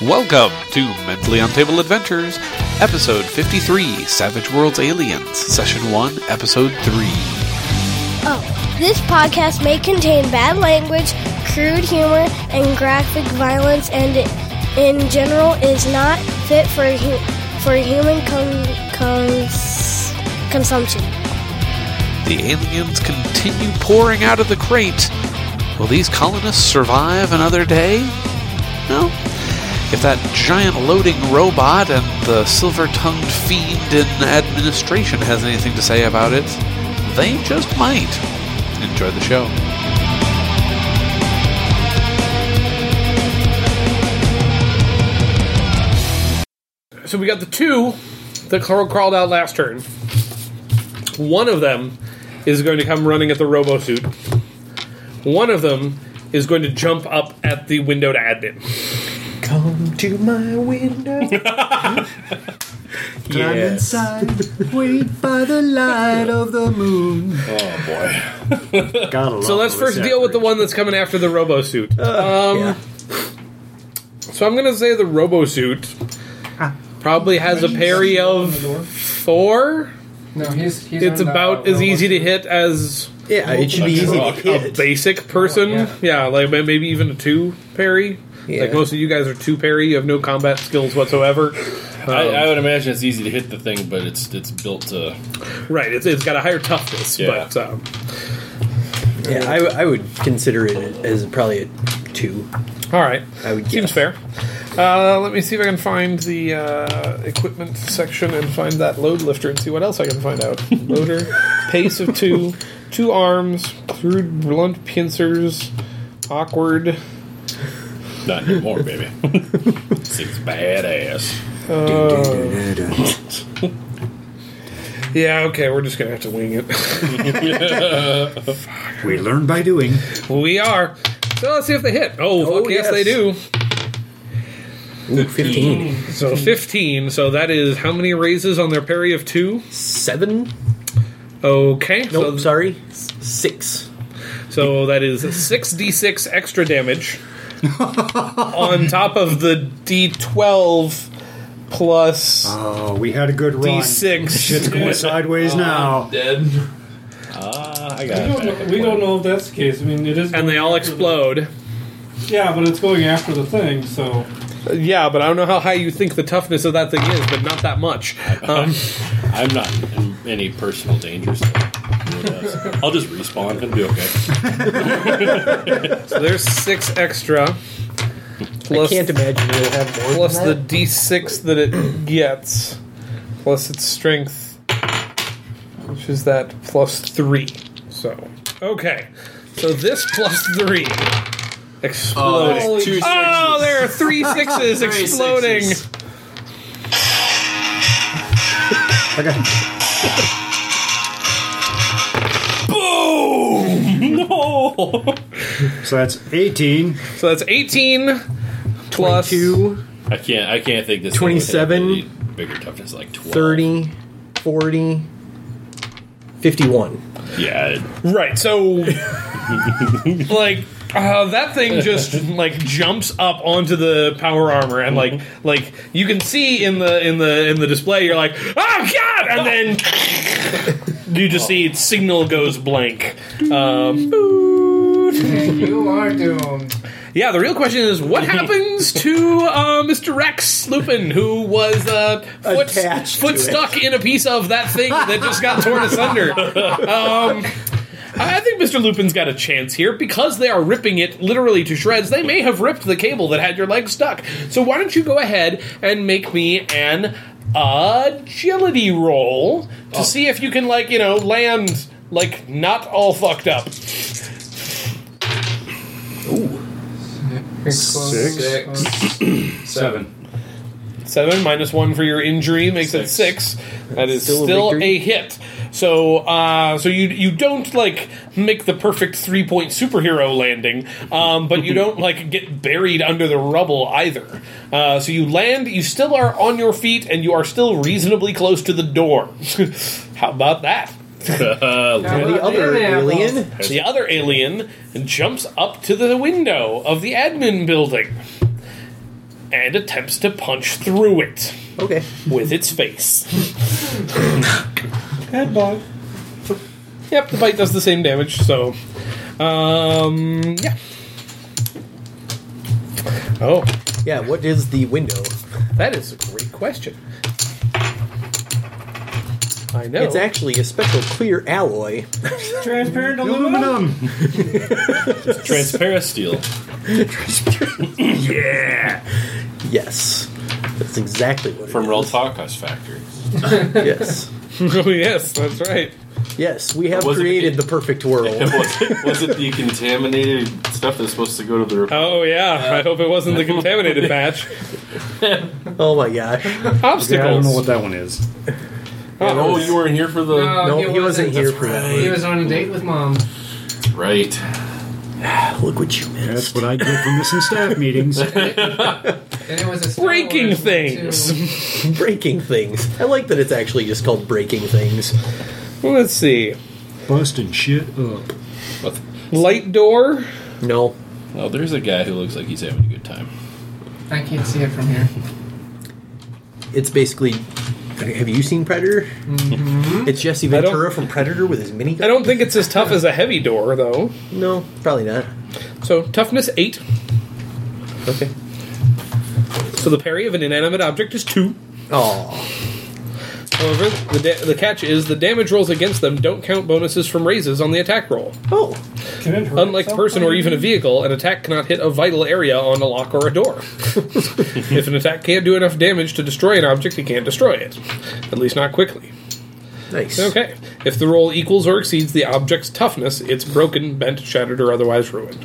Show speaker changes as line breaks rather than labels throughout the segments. Welcome to Mentally Untable Adventures, Episode 53 Savage Worlds Aliens, Session 1, Episode 3.
Oh, this podcast may contain bad language, crude humor, and graphic violence, and it, in general is not fit for hu- for human con- cons- consumption.
The aliens continue pouring out of the crate. Will these colonists survive another day? No. If that giant loading robot and the silver tongued fiend in administration has anything to say about it, they just might. Enjoy the show.
So we got the two that Carl crawled out last turn. One of them is going to come running at the robo suit. One of them is going to jump up at the windowed admin.
Come to my window. Climb inside. Wait by the light of the moon.
So let's first deal with the one that's coming after the robo suit. um, So I'm going to say the robo suit probably has a parry of four.
No,
Oh,
he's, he's
It's about as e- easy to hit as
Yeah, it should be easy to
a
hit.
basic person.
Yeah.
Oh, Yeah. like ma- maybe even a two parry. Like
Yeah.
most of you guys are two parry. You have no combat skills whatsoever. Um,
I, I would imagine it's easy to hit the thing, but it's it's built to.
Right. It's, it's got a higher toughness,
Yeah.
but um,
Yeah, I, I would consider it as probably a two.
all right.
I would
Seems fair.
guess.
Uh, let me see if I can find the uh, equipment section and find that load lifter and see what else I can find out. Loader, pace of two, two arms, crude blunt pincers, awkward.
Not anymore, baby. Six badass.
Yeah, okay, we're just gonna have to wing it.
We learn by doing.
We are. So let's see if they hit. Oh, fuck
Oh,
yes.
yes.
they do.
Ooh, 15.
So 15. So that is how many raises on their parry of two?
Seven?
Okay.
Nope,
so,
sorry. Six.
so that is 6d6 extra damage on top of the d12 plus
Ah.
Oh, we had a good run. Shit's
d6.
going sideways
Oh,
now.
Ah, I
We don't,
got
know,
it.
we don't know if that's the case. I mean, it is.
And they all explode.
Yeah, but it's going after the thing, so.
Yeah, but I don't know how high you think the toughness of that thing is, but not that much. Um,
I'm not in any personal danger. So I'll just respawn and be okay.
so there's six extra. Plus
I can't imagine we'll have more.
plus
than
the
that.
d6 that it gets, plus its strength, which is that plus three. So, okay. So this plus three exploding. Oh, there are three sixes exploding.
I got
No.
so that's 18.
So that's 18 plus
two,
I can't. I can't think this. thing would have
27,
any Bigger toughness, like twelve.
30, 40, 51.
Yeah. it-
Right. So, like, uh, that thing just like jumps up onto the power armor, and like, like you can see in the in the in the display, you're like, oh god, and then you just see its signal goes blank. Um,
you are doomed.
yeah. The real question is, what happens to uh, Mr. Rex Lupin, who was uh, foot,
Attached to
foot
it.
stuck in a piece of that thing that just got torn asunder? Um, I I think Mr. Lupin's got a chance here because they are ripping it literally to shreds. They may have ripped the cable that had your leg stuck. So why don't you go ahead and make me an agility roll to
Oh.
see if you can, like, you know, land like not all fucked up.
Six.
Seven.
Seven minus one for your injury makes it six. That is
Still
still,
a
a,
victory.
hit. So, uh, so you you don't like make the perfect three point superhero landing, um, but you don't like get buried under the rubble either. Uh, so you land. You still are on your feet, and you are still reasonably close to the door. How about that?
And the other alien?
The other alien jumps up to the window of the admin building. and attempts to punch through it
Okay.
with its face.
Headbutt.
Yep, the bite does the same damage, so. Um, yeah. Oh,
Yeah. What is the window?
that is a great question. I know.
It's actually a special clear alloy.
Transparent aluminum.
Aluminum.
Transparent steel.
Yes. That's exactly what.
From
it
Real Tacos Factory.
is. Yes.
oh, yes, that's right.
Yes. We have
Was it-
created the perfect world.
was, it, was it the contaminated stuff that's supposed to go to the
Oh, yeah. I hope it wasn't the contaminated patch.
Oh my gosh.
Obstacles.
Yeah, I don't know what that one is.
Oh, you weren't here for the
No,
No,
he,
he wasn't here for that.
He was on a date with mom.
right.
Look what you
That's
missed.
what I get from missing staff meetings.
And it was a Star
Breaking
Wars one,
things.
too.
Breaking things. I like that it's actually just called breaking things.
Well, Let's see.
Busting shit up.
Light door.
No.
Oh, there's a guy who looks like he's having a good time.
I can't see it from here.
It's basically. Have you seen Predator? It's Jesse
don't-
Ventura from Predator with his minigun.
I don't think it's as tough as a heavy door, though.
No, probably not.
So, toughness 8.
Okay.
So, the parry of an inanimate object is 2.
Oh,
However, the, da- the catch is the damage rolls against them don't count bonuses from raises on the attack roll.
oh,
Can it hurt
Unlike the person or even a vehicle, an attack cannot hit a vital area on a lock or a door. if an attack can't do enough damage to destroy an object, it can't destroy it. At least not quickly.
nice.
Okay. If the roll equals or exceeds the object's toughness, it's broken, bent, shattered, or otherwise ruined.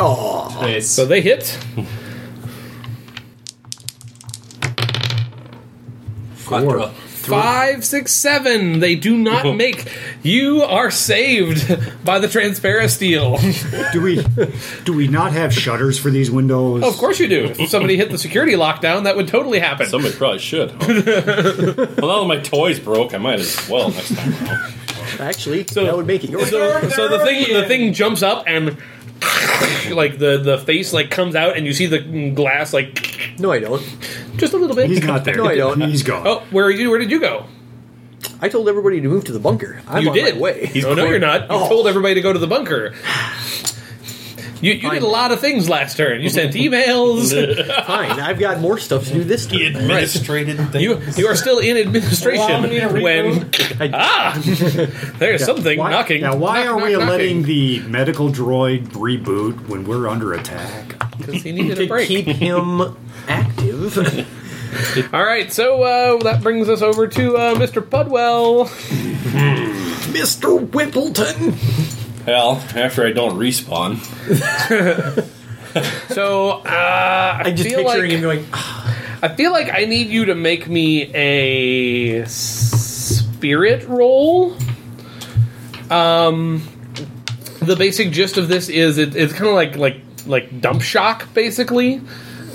Oh,
So they hit.
four.
Five, six, seven. They do not make. You are saved by the transparasteel.
Do we do we not have shutters for these windows?
of course you do. If somebody hit the security lockdown, that would totally happen.
Somebody probably should. Huh? well, now that my toys broke, I might as well next time. around.
Actually, that would make it yours.
so, so the thing the thing jumps up and like the the face like comes out and you see the glass like
No, I don't.
just a little bit.
He's not there.
No, I don't.
He's gone.
Oh, where are you? Where did you go?
I told everybody to move to the bunker. I'm
you
on
did.
my way.
Oh, no, you're not. You
Oh.
told everybody to go to the bunker. You, you did a lot of things last turn. You sent emails.
Fine, I've got more stuff to do this time.
Administrated thing.
you you are still in administration
Allow me to reboot.
when ah there's something
why,
knocking.
Now, why
Knock,
are we
knock,
letting the medical droid reboot when we're under attack?
Because he needed a
to
break.
keep him active.
All right, so uh, that brings us over to uh, Mr. Pudwell.
Mr. Whippleton!
Hell, after I don't respawn.
So uh, I
I'm just
feel
picturing
like
him going, "Ah,
I feel like I need you to make me a spirit roll. Um, the basic gist of this is it, it's kind of like like like dump shock, basically,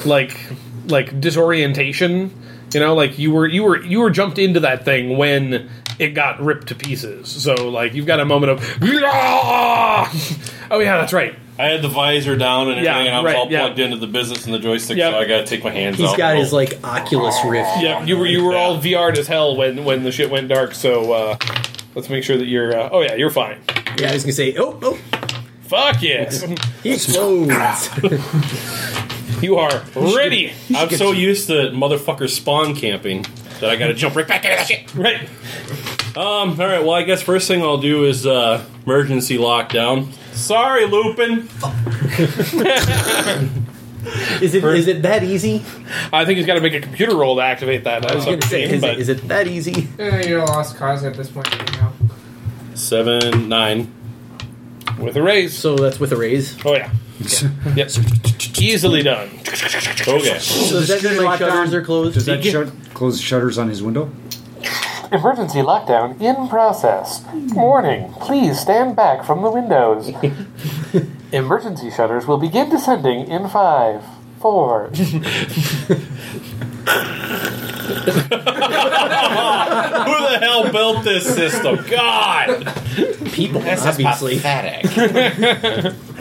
like like disorientation. You know, like you were you were you were jumped into that thing when it got ripped to pieces. So like you've got a moment of oh yeah, that's right.
I had the visor down and everything,
Yeah,
and I was
right,
all
yeah.
plugged into the business and the joystick,
Yep.
so I got to take my hands
He's
Oh.
off.
got his, like, Oculus Rift.
Yeah, you were you were all VR'd as hell when when the shit went dark. So uh, let's make sure that you're. Uh, oh yeah, you're fine.
Yeah, I was going to say, oh, oh,
Fuck yes,
he explodes.
you are ready.
I'm so used to motherfucker spawn camping that I got to jump right back into that shit.
Right.
Um. All right. Well, I guess first thing I'll do is uh, emergency lockdown. Sorry, Lupin.
is, it, is it that easy?
I think he's got to make a computer roll to activate that. uh,
I was going to say, is,
but
it, is it that easy?
Yeah, you're a lost cause at this point. You know.
Seven, nine.
with a raise.
So that's with a raise.
oh yeah. Yep. Easily done.
Okay.
So does that mean my shutters are closed?
Does that shut close the shutters on his window?
Emergency lockdown in process. Warning: Please stand back from the windows. Emergency shutters will begin descending in five, four.
Who the hell built this system? God,
people, obviously.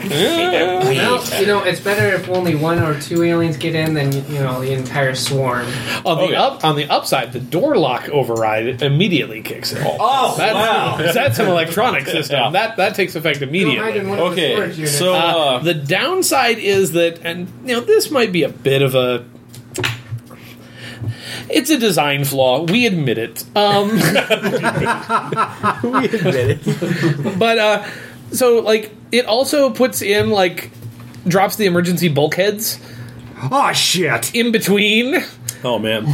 Well, you know, it's better if only one or two aliens get in than you know the entire swarm.
On the
Okay.
up, on the upside, the door lock override immediately kicks in.
Oh,
That's,
wow.
that's an electronic system.
Yeah.
That that takes effect
Don't hide
immediately.
in one of the storage
Okay,
units.
so
Uh,
uh,
the downside is that, and you know, this might be a bit of a. It's a design flaw. We admit it. Um,
we admit it.
but uh, so like it also puts in like drops the emergency bulkheads
Oh shit!
in between.
oh man,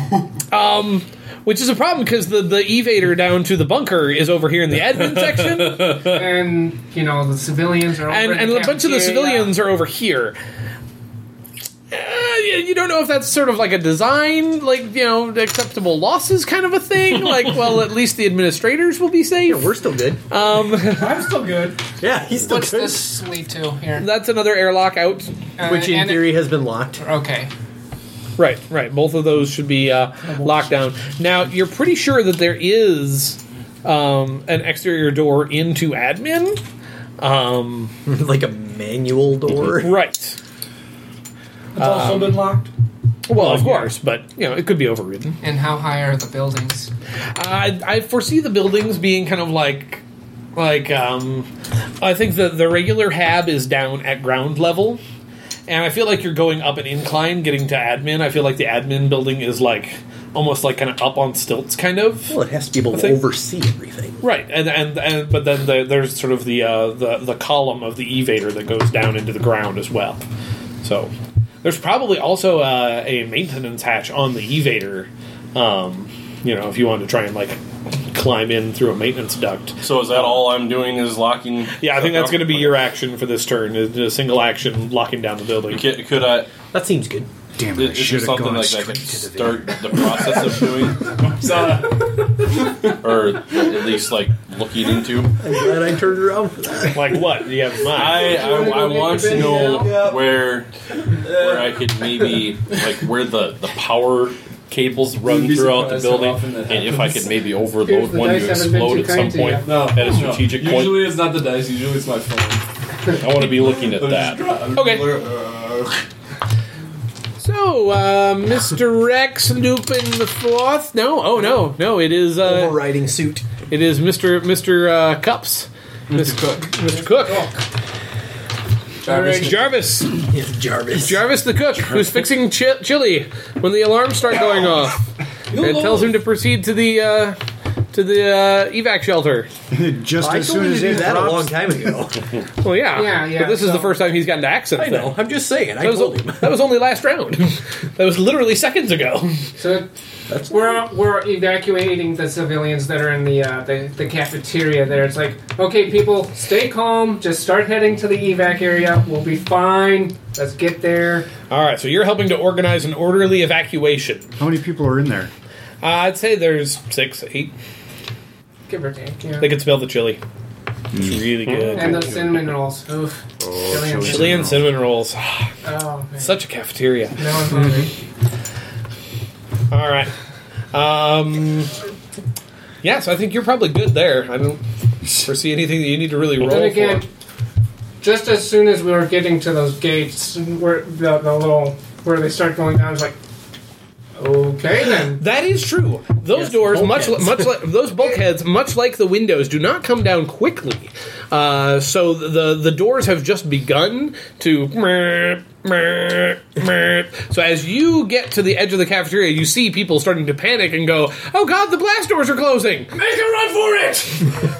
Which is a problem because the, the evader down to the bunker is over here in the admin section, and,
and you know the civilians are over in
and
the
a bunch of the
cafeteria.
civilians are over here. Uh, you you don't know if that's sort of like a design, like you know, acceptable losses kind of a thing. Like, well, at least the administrators will be safe.
We're still good.
I'm still good.
Yeah, he's still
What's
good.
this lead to here?
That's another airlock out.
Uh,
Which in
and-
theory has been locked.
okay.
Right, right. Both of those should be uh, locked down. Now you're pretty sure that there is um, an exterior door into admin. Um,
like a manual door.
Right. It's also been
locked?
Well, of course, but you know it could be overridden.
And how high are the buildings?
I, I foresee the buildings being kind of like, like um, I think the the regular hab is down at ground level, and I feel like you're going up an incline getting to admin. I feel like the admin building is like almost like kind of up on stilts, kind of.
Well, it has to be able to
think-
oversee everything.
Right, and and, and but then the, there's sort of the, uh, the the column of the evader that goes down into the ground as well. So there's probably also uh, a maintenance hatch on the evader. Um, you know, if you want to try and like climb in through a maintenance duct.
so is that all I'm doing is locking?
Yeah, I think that's going to be your action for this turn. Is a single action locking down the building.
Could, could I?
That seems good.
Damn it! I
Is, is
should
there
have
something
gone
like I
straight
could
to the
start the process of doing, or at least like looking into?
I'm glad I turned around for that.
Like what? You have in mind?
I, I, I want to know where where I could maybe like where the, the power cables run
You'd be
throughout the
surprised how
building,
often that
and if I could
happens.
maybe overload
Here's the
one
dice
to
haven't been
explode
too
at some
kind to
point
you.
No,
at a strategic
no.
point.
Usually it's not the dice. Usually it's my phone.
I want to be looking at that.
Okay. So, uh, Mr. Rex Lupin the Fourth? No, oh no, no. It is uh,
Overriding suit.
It is Mr. Mr. Uh, Cups. Mr. Cook. Mr. Cook.
Jarvis.
Jarvis.
It's Jarvis.
Jarvis the cook, who's fixing chi- chili when the alarms start going off, and tells him to proceed to the uh, to the uh, evac shelter.
Just
I
as
told
soon
you to
as
do
it
that a long
drops,
time ago.
Well, yeah,
Yeah, yeah,
But this is the
so-
first time he's gotten to accent.
I know. I'm just saying. I
That was,
told him.
that was only last round. that was literally seconds ago.
So
That's
we're we're evacuating the civilians that are in the uh, the, the cafeteria there. It's like, okay, people, stay calm. Just start heading to the evac area. We'll be fine. Let's get there.
All right, so you're helping to organize an orderly evacuation.
how many people are in there?
Uh, I'd say there's six, eight.
Give or take. Yeah.
They could smell the chili. It's
Mm.
really good.
and the cinnamon rolls. Oof. Chilean
chili.
Chili and cinnamon rolls.
Oh, man.
Such a cafeteria.
Now I'm hungry.
All right. Um, yeah, so I think you're probably good there. I don't foresee anything that you need to really roll
Then again,
for.
just as soon as we were getting to those gates, where the, the little where they start going down, it's like, okay then.
That is true. Those doors, much li- much like those bulkheads, much like the windows, do not come down quickly. Uh, so the the doors have just begun to. merp, merp, merp. So as you get to the edge of the cafeteria, you see people starting to panic and go, "Oh God, the blast doors are closing!"
Make a run for it!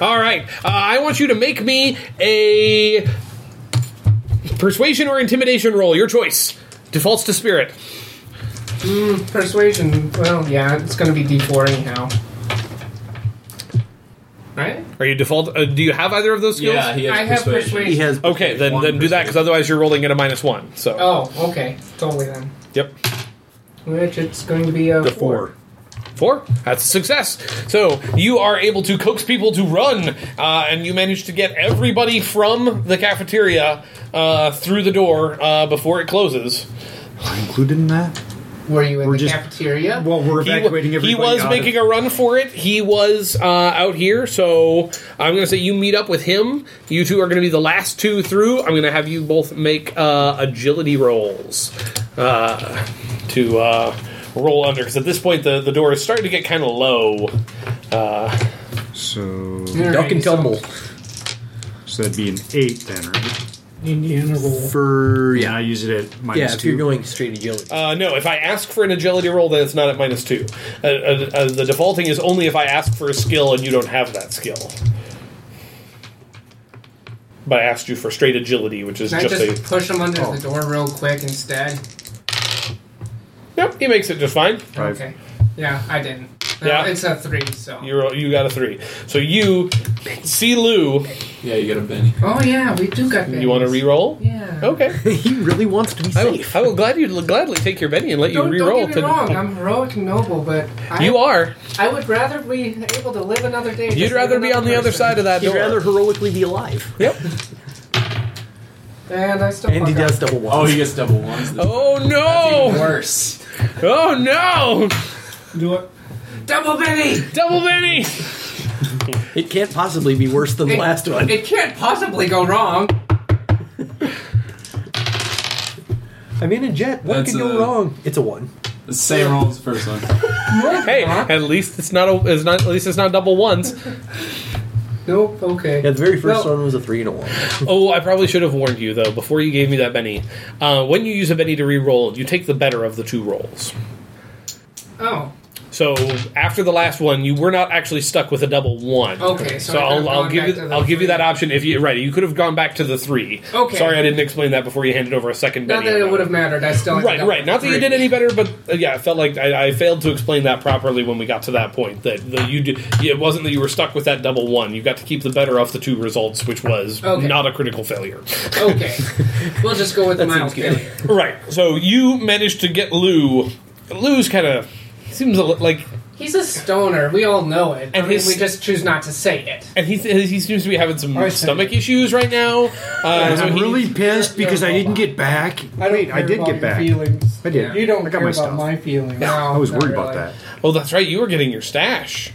All right. Uh, I want you to make me a persuasion or intimidation roll, your choice. Defaults to spirit.
Persuasion. Well, yeah, it's going to be D4 anyhow. Right?
Are you default? Uh, do you have either of those skills?
Yeah, he has
I have
persuasion.
persuasion.
He has.
Okay, then
One
then do that because otherwise you're rolling at a minus one. So
Oh, okay. Totally then.
yep,
Which it's going to be a
The four.
four. That's a success. So you are able to coax people to run, uh, and you manage to get everybody from the cafeteria uh, through the door uh, before it closes.
Included in that?
Were you in
We're
the
just-
cafeteria?
Well, we're
He wa-
evacuating everybody.
He was
out of-
making a run for it. He was uh, out here, so I'm going to say you meet up with him. You two are going to be the last two through. I'm going to have you both make uh, agility rolls uh, to uh, roll under because at this point the, the door is starting to get kind of low. Uh,
So,
Duck
Alrighty,
and
so-
tumble.
so that'd be an eight then, right?
Indiana roll.
For yeah, I use it at minus
yeah, if
two.
you're going straight agility.
uh, no, if I ask for an agility roll, then it's not at minus two. Uh, uh, uh, the defaulting is only if I ask for a skill and you don't have that skill. But I asked you for straight agility, which is
Can I
just a Oh.
just push him under the door real quick instead?
Yep, he makes it just fine.
Five.
Okay. Yeah, I didn't. No,
Yeah.
It's a three, so.
You you got a three. So you see Lou.
Yeah, you got a Benny.
oh, yeah, we do got
You want to
babies.
re-roll?
Yeah.
Okay.
he really wants to be
I will,
safe.
I will glad you gladly take your Benny and let you
Don't,
re-roll.
don't get me
to-
wrong. I'm heroic and noble, but I,
you are.
I would rather be able to live another day.
You'd rather be on the other side of that
He'd
door.
rather heroically be alive.
yep.
And I still.
And he
fuck up.
does double
Oh,
one.
he gets double ones. That's
Oh no!
worse.
Oh no!
Do it.
double Benny.
Double Benny.
It can't possibly be worse than the
It-
last one.
It can't possibly go wrong.
I'm in a jet. What
That's
could go
a-
wrong? It's a one.
The same roll as the first one.
Hey,
Uh-huh.
at least it's not. A, it's not. At least it's not double ones.
Nope. Okay.
Yeah, the very first
Well-
one was a three and a one.
Oh, I probably should have warned you though before you gave me that Benny. Uh, when you use a Benny to re-roll, you take the better of the two rolls.
Oh.
So after the last one, you were not actually stuck with a double one.
Okay, so I could have
I'll, I'll
gone
give
back
you
to
I'll
the
give you that
three.
option if you right. You could have gone back to the three.
Okay.
Sorry, I didn't explain that before you handed over a second.
Not
Benny
that it
on
would have mattered. I still.
Right, right. Not that you did any better, but uh, yeah, I felt like I, I failed to explain that properly when we got to that point. That, that you did, it wasn't that you were stuck with that double one. You got to keep the better of the two results, which was
Okay.
not a critical failure.
Okay. we'll just go with the mild failure.
right. So you managed to get Lou. Lou's kind of seems a li- like
He's a stoner. We all know it. I
And
mean,
his-
we just choose not to say it.
and he, he seems to be having some
I see.
stomach issues right now. Uh, so
I'm
he-
really pissed
you're
because I
a
didn't
robot.
get back.
I don't
Wait, I
care
did
about
get
your
back.
Feelings.
I did.
You don't
I got
care
my
about
stuff.
my feelings.
No,
I was
not
worried about
really.
that.
Oh, that's right. You were getting your stash.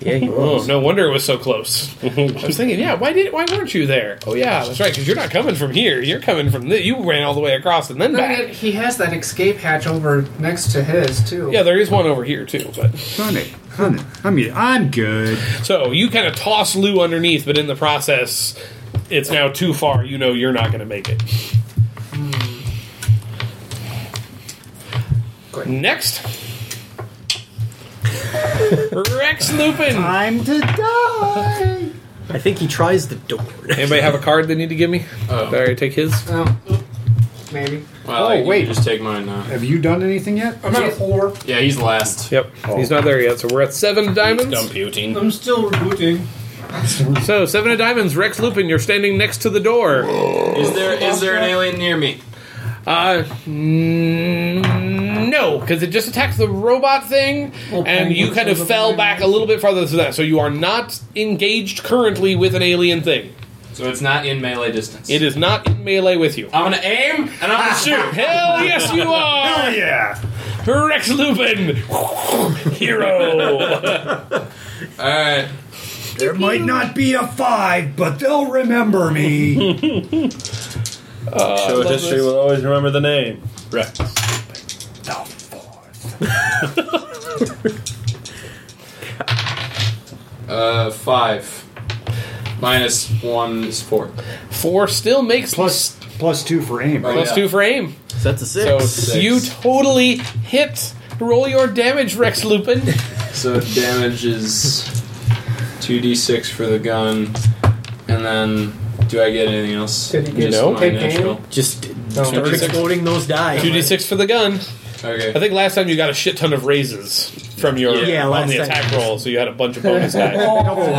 Yeah, he
Oh,
was.
no wonder it was so close. I was thinking, yeah, why did why weren't you there? Oh yeah, that's right, because you're not coming from here. You're coming from the, you ran all the way across and then
No, yet
back.
he has that escape hatch over next to his too.
Yeah, there is one over here too. But
Honey, honey, I mean, I'm good.
so you kind of toss Lou underneath, but in the process, it's now too far. You know you're not going to make it.
Good.
Next, Rex Lupin.
Time to die.
I think he tries the door.
Anybody have a card they need to give me? Oh. Did I already take his?
Oh, maybe.
Well,
Oh,
you can
wait.
Just take mine now.
Have you done anything yet?
I'm at four.
Yeah, he's last.
Yep, he's not there yet. So we're at seven of diamonds.
Computing.
I'm still rebooting.
So seven of diamonds, Rex Lupin. You're standing next to the door.
Is there is there an alien near me?
Uh, mm, no, because it just attacked the robot thing, and you kind of fell back a little bit farther than that. So you are not engaged currently with an alien thing.
So it's not in melee distance.
It is not in melee with you.
I'm gonna aim and I'm gonna shoot.
Hell yes, you are,
Oh, Yeah.
Rex Lupin, hero.
All right.
There might not be a five, but they'll remember me.
Show history will always remember the name. Rex.
Uh, five. Minus one is four.
Four still makes
plus plus two for aim.
Right.
plus
yeah.
two for aim.
So that's a six.
So
Six.
you totally hit. Roll your damage, Rex Lupin.
So damage is two d six for the gun, and then do I get anything else?
Did he get
Just
No.
my
taken?
natural.
Just start
2d6.
exploding those die.
2d6 for the gun. I
Okay.
think last time you got a shit ton of raises from your
Yeah,
on
last
the
time.
attack roll, so you had a bunch of bonus dice.
Double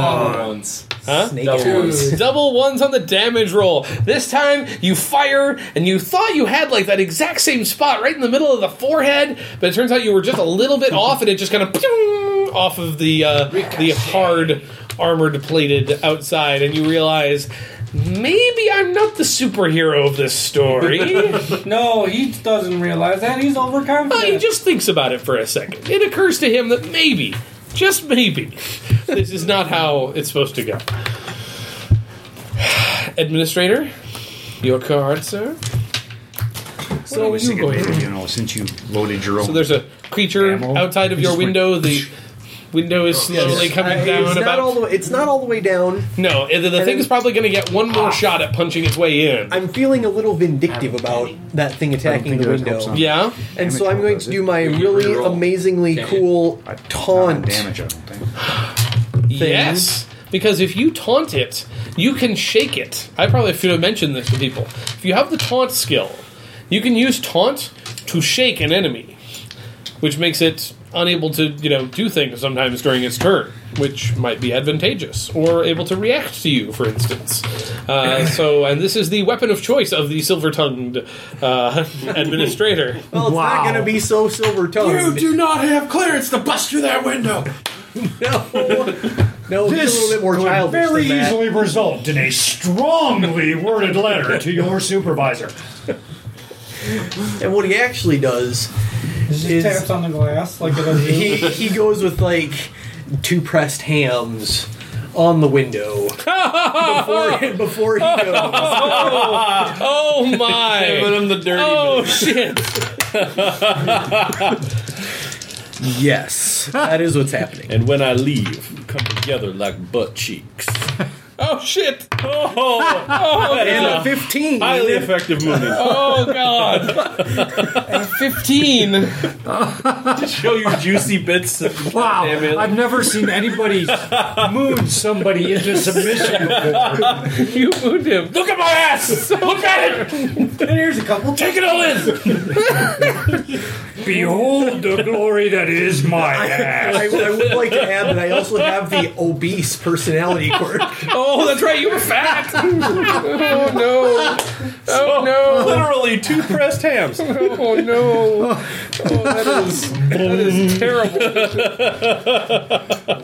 ones.
Huh?
Snake
Double
eyes.
ones.
Double ones on the damage roll. This time you fire and you thought you had like that exact same spot right in the middle of the forehead, but it turns out you were just a little bit off, and it just kind of off of the uh, the hard armored plated outside, and you realize maybe I'm not the superhero of this story.
No, he doesn't realize that. He's
Well, he
overconfident.
just thinks about it for a second. It occurs to him that maybe, just maybe, this is not how it's supposed to go. Administrator, your card, sir. So
Always
you
think
go
of it,
ahead.
you know, since you loaded your own.
So there's a creature
Ammo.
outside of your
Just
window. The window is slowly coming
Uh,
down.
it's
about
not all the way, it's not all the way down.
no, and the, the thing is probably going to get one
Ah.
more shot at punching its way in.
I'm feeling a little vindictive about that thing attacking
think
the
yours
window.
helps on
yeah,
And
Damage
so I'm
roll,
going
does
to
it?
do my
Can you
really
reroll?
amazingly
Can you?
cool
I- not
taunt.
damage, I don't think.
yes. Because if you taunt it, you can shake it. I probably should have mentioned this to people. If you have the taunt skill, you can use taunt to shake an enemy, which makes it unable to, you know, do things sometimes during its turn, which might be advantageous or able to react to you, for instance. Uh, so, and this is the weapon of choice of the silver-tongued uh, administrator.
Well, it's not going to be so silver tongued.
do not have clearance to bust through that window.
No, no, it's a little bit more
would
childish
very
than that.
easily result in a strongly worded letter to your supervisor.
And what he actually does
Just
Is-
taps on the glass like it does.
he he goes with like two pressed hams on the window before before he goes.
Oh my!
Giving him the dirty
Oh shit!
Yes, that is what's happening.
And when I leave, come together like butt cheeks.
Oh shit!
Oh,
And a fifteen.
highly effective movement.
Oh god! Fifteen.
Show your juicy bits.
Wow, I've never seen anybody moon somebody into submission.
You moved him. Look at my ass! Look at it!
And here's a couple.
Take it all in!
Behold the glory that is my ass.
I, I would like to add that I also have the obese personality quirk.
Oh, that's right. You were fat. oh no! Oh no!
Literally two pressed hams.
Oh no! Oh, that is that is terrible.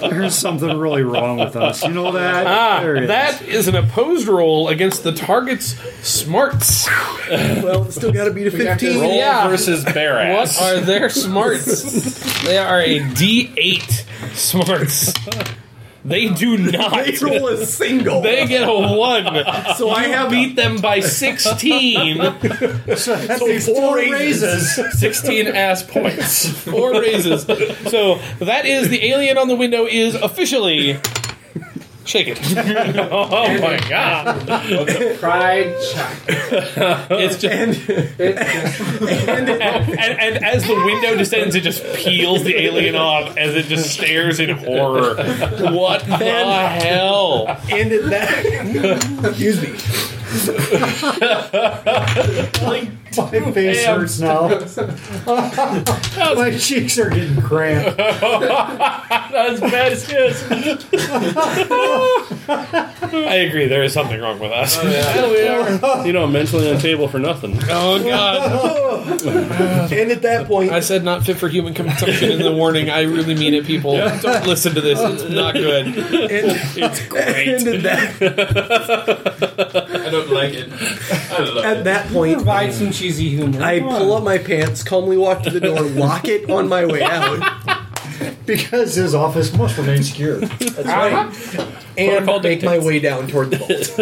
There's something really wrong with us. You know that? Ah, there it is.
That is an opposed roll against the target's smarts.
Well, it's still got to beat a
have to
fifteen.
Roll
Yeah.
versus bare ass.
What are their smarts? they are a D8 smarts. They do not.
They roll a single.
They get a one.
so I have
Beat them by 16.
four raises.
16 ass points. Four raises. So that is the alien on the window is officially. Shake it. oh my god.
Pride shot.
It's just.
It just
And, and as the window descends, it just peels the alien off as it just stares in horror. What the hell?
And at that, excuse me.
My face
Damn.
hurts now. My cheeks are getting cramped.
That's bad as kiss. I agree. There is something wrong with us.
You know, mentally untable for nothing.
Oh god!
And at that point,
I said not fit for human consumption in the warning. I really mean it, people. Don't listen to this. It's not good.
it's And at that,
I don't like it. I don't like
at that point,
Provide some cheesy humor.
I
Come on.
pull up my pants, calmly walk to the door, lock it on my way out,
Because his office must remain secure.
and make my way down toward the vault.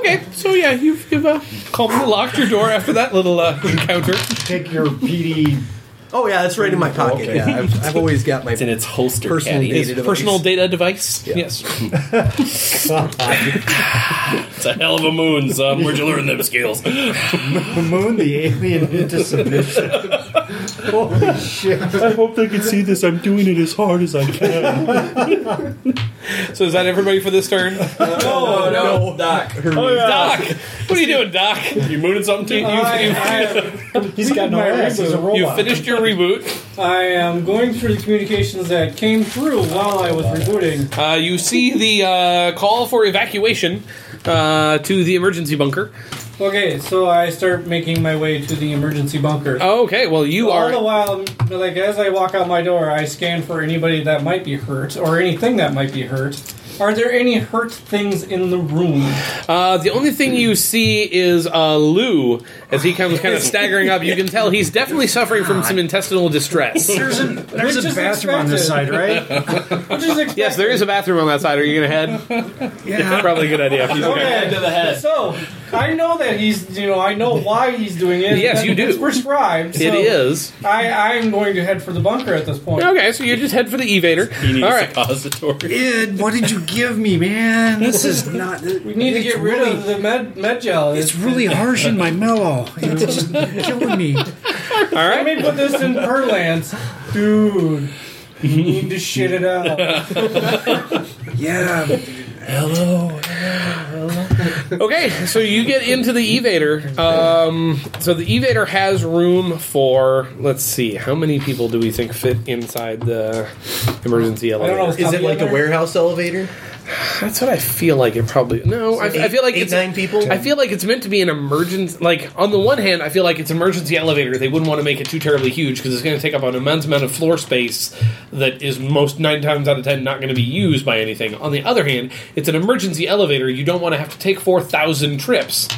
Okay, so yeah, you've, you've uh, calmly locked your door after that little uh, encounter.
Take your PD.
Oh yeah, that's right in my pocket.
okay.
Yeah, I've, I've always got my
In its holster.
personal
caddy.
data device.
Personal data device. Yes.
It's a hell of a moon, son. Where'd you learn them skills?
Moon the alien into submission. Holy shit.
I hope they can see this. I'm doing it as hard as I can.
So is that everybody for this turn?
Oh, no, Doc.
Doc, what are you doing, Doc?
You mooning something?
You,
to
you,
I,
you,
I, am-
He's got no
My
ass. He's a
reboot.
robot.
you finished your reboot.
I am going through the communications that came through while I was rebooting.
Uh, you see the uh, call for evacuation uh, to the emergency bunker.
Okay, so I start making my way to the emergency bunker.
Okay, well Oh, you
All the
are
while, like as I walk out my door, I scan for anybody that might be hurt or anything that might be hurt. Are there any hurt things in the room?
Uh, the only thing you see is uh, Lou as he comes kind of staggering up. You can tell he's definitely suffering from some intestinal distress.
There's a, there's
Which
a
is
bathroom on this side,
expected.
right?
Which is expected.
Yes, there is a bathroom on that side. Are you going to head?
Yeah.
Probably a good idea.
Okay.
the head.
So I know that he's, you know, I know why he's doing it.
Yes, you do.
It's prescribed. So
It is.
I, I'm going to head for the bunker at this point.
Okay, so you just head for the evader.
He needs
All
a
right.
suppository.
Id, what did you give me, man? This is not.
We need to get rid of the med, med gel.
It's really harsh in my mellow. You're just killing me.
All
Let
right.
me put this in Perlance. Dude, you need to shit it out.
Yeah.
Okay, so you get into the evader. Um, so the evader has room for, let's see, how many people do we think fit inside the emergency
I
elevator?
don't know.
Is it like a warehouse elevator?
That's what I feel like it probably. No, I, I feel like
eight,
it's.
nine people.
I feel like it's meant to be an emergency. Like on the one hand, I feel like it's an emergency elevator. They wouldn't want to make it too terribly huge because it's going to take up an immense amount of floor space that is most nine times out of ten not going to be used by anything. On the other hand, it's an emergency elevator. You don't want to have to take four thousand trips.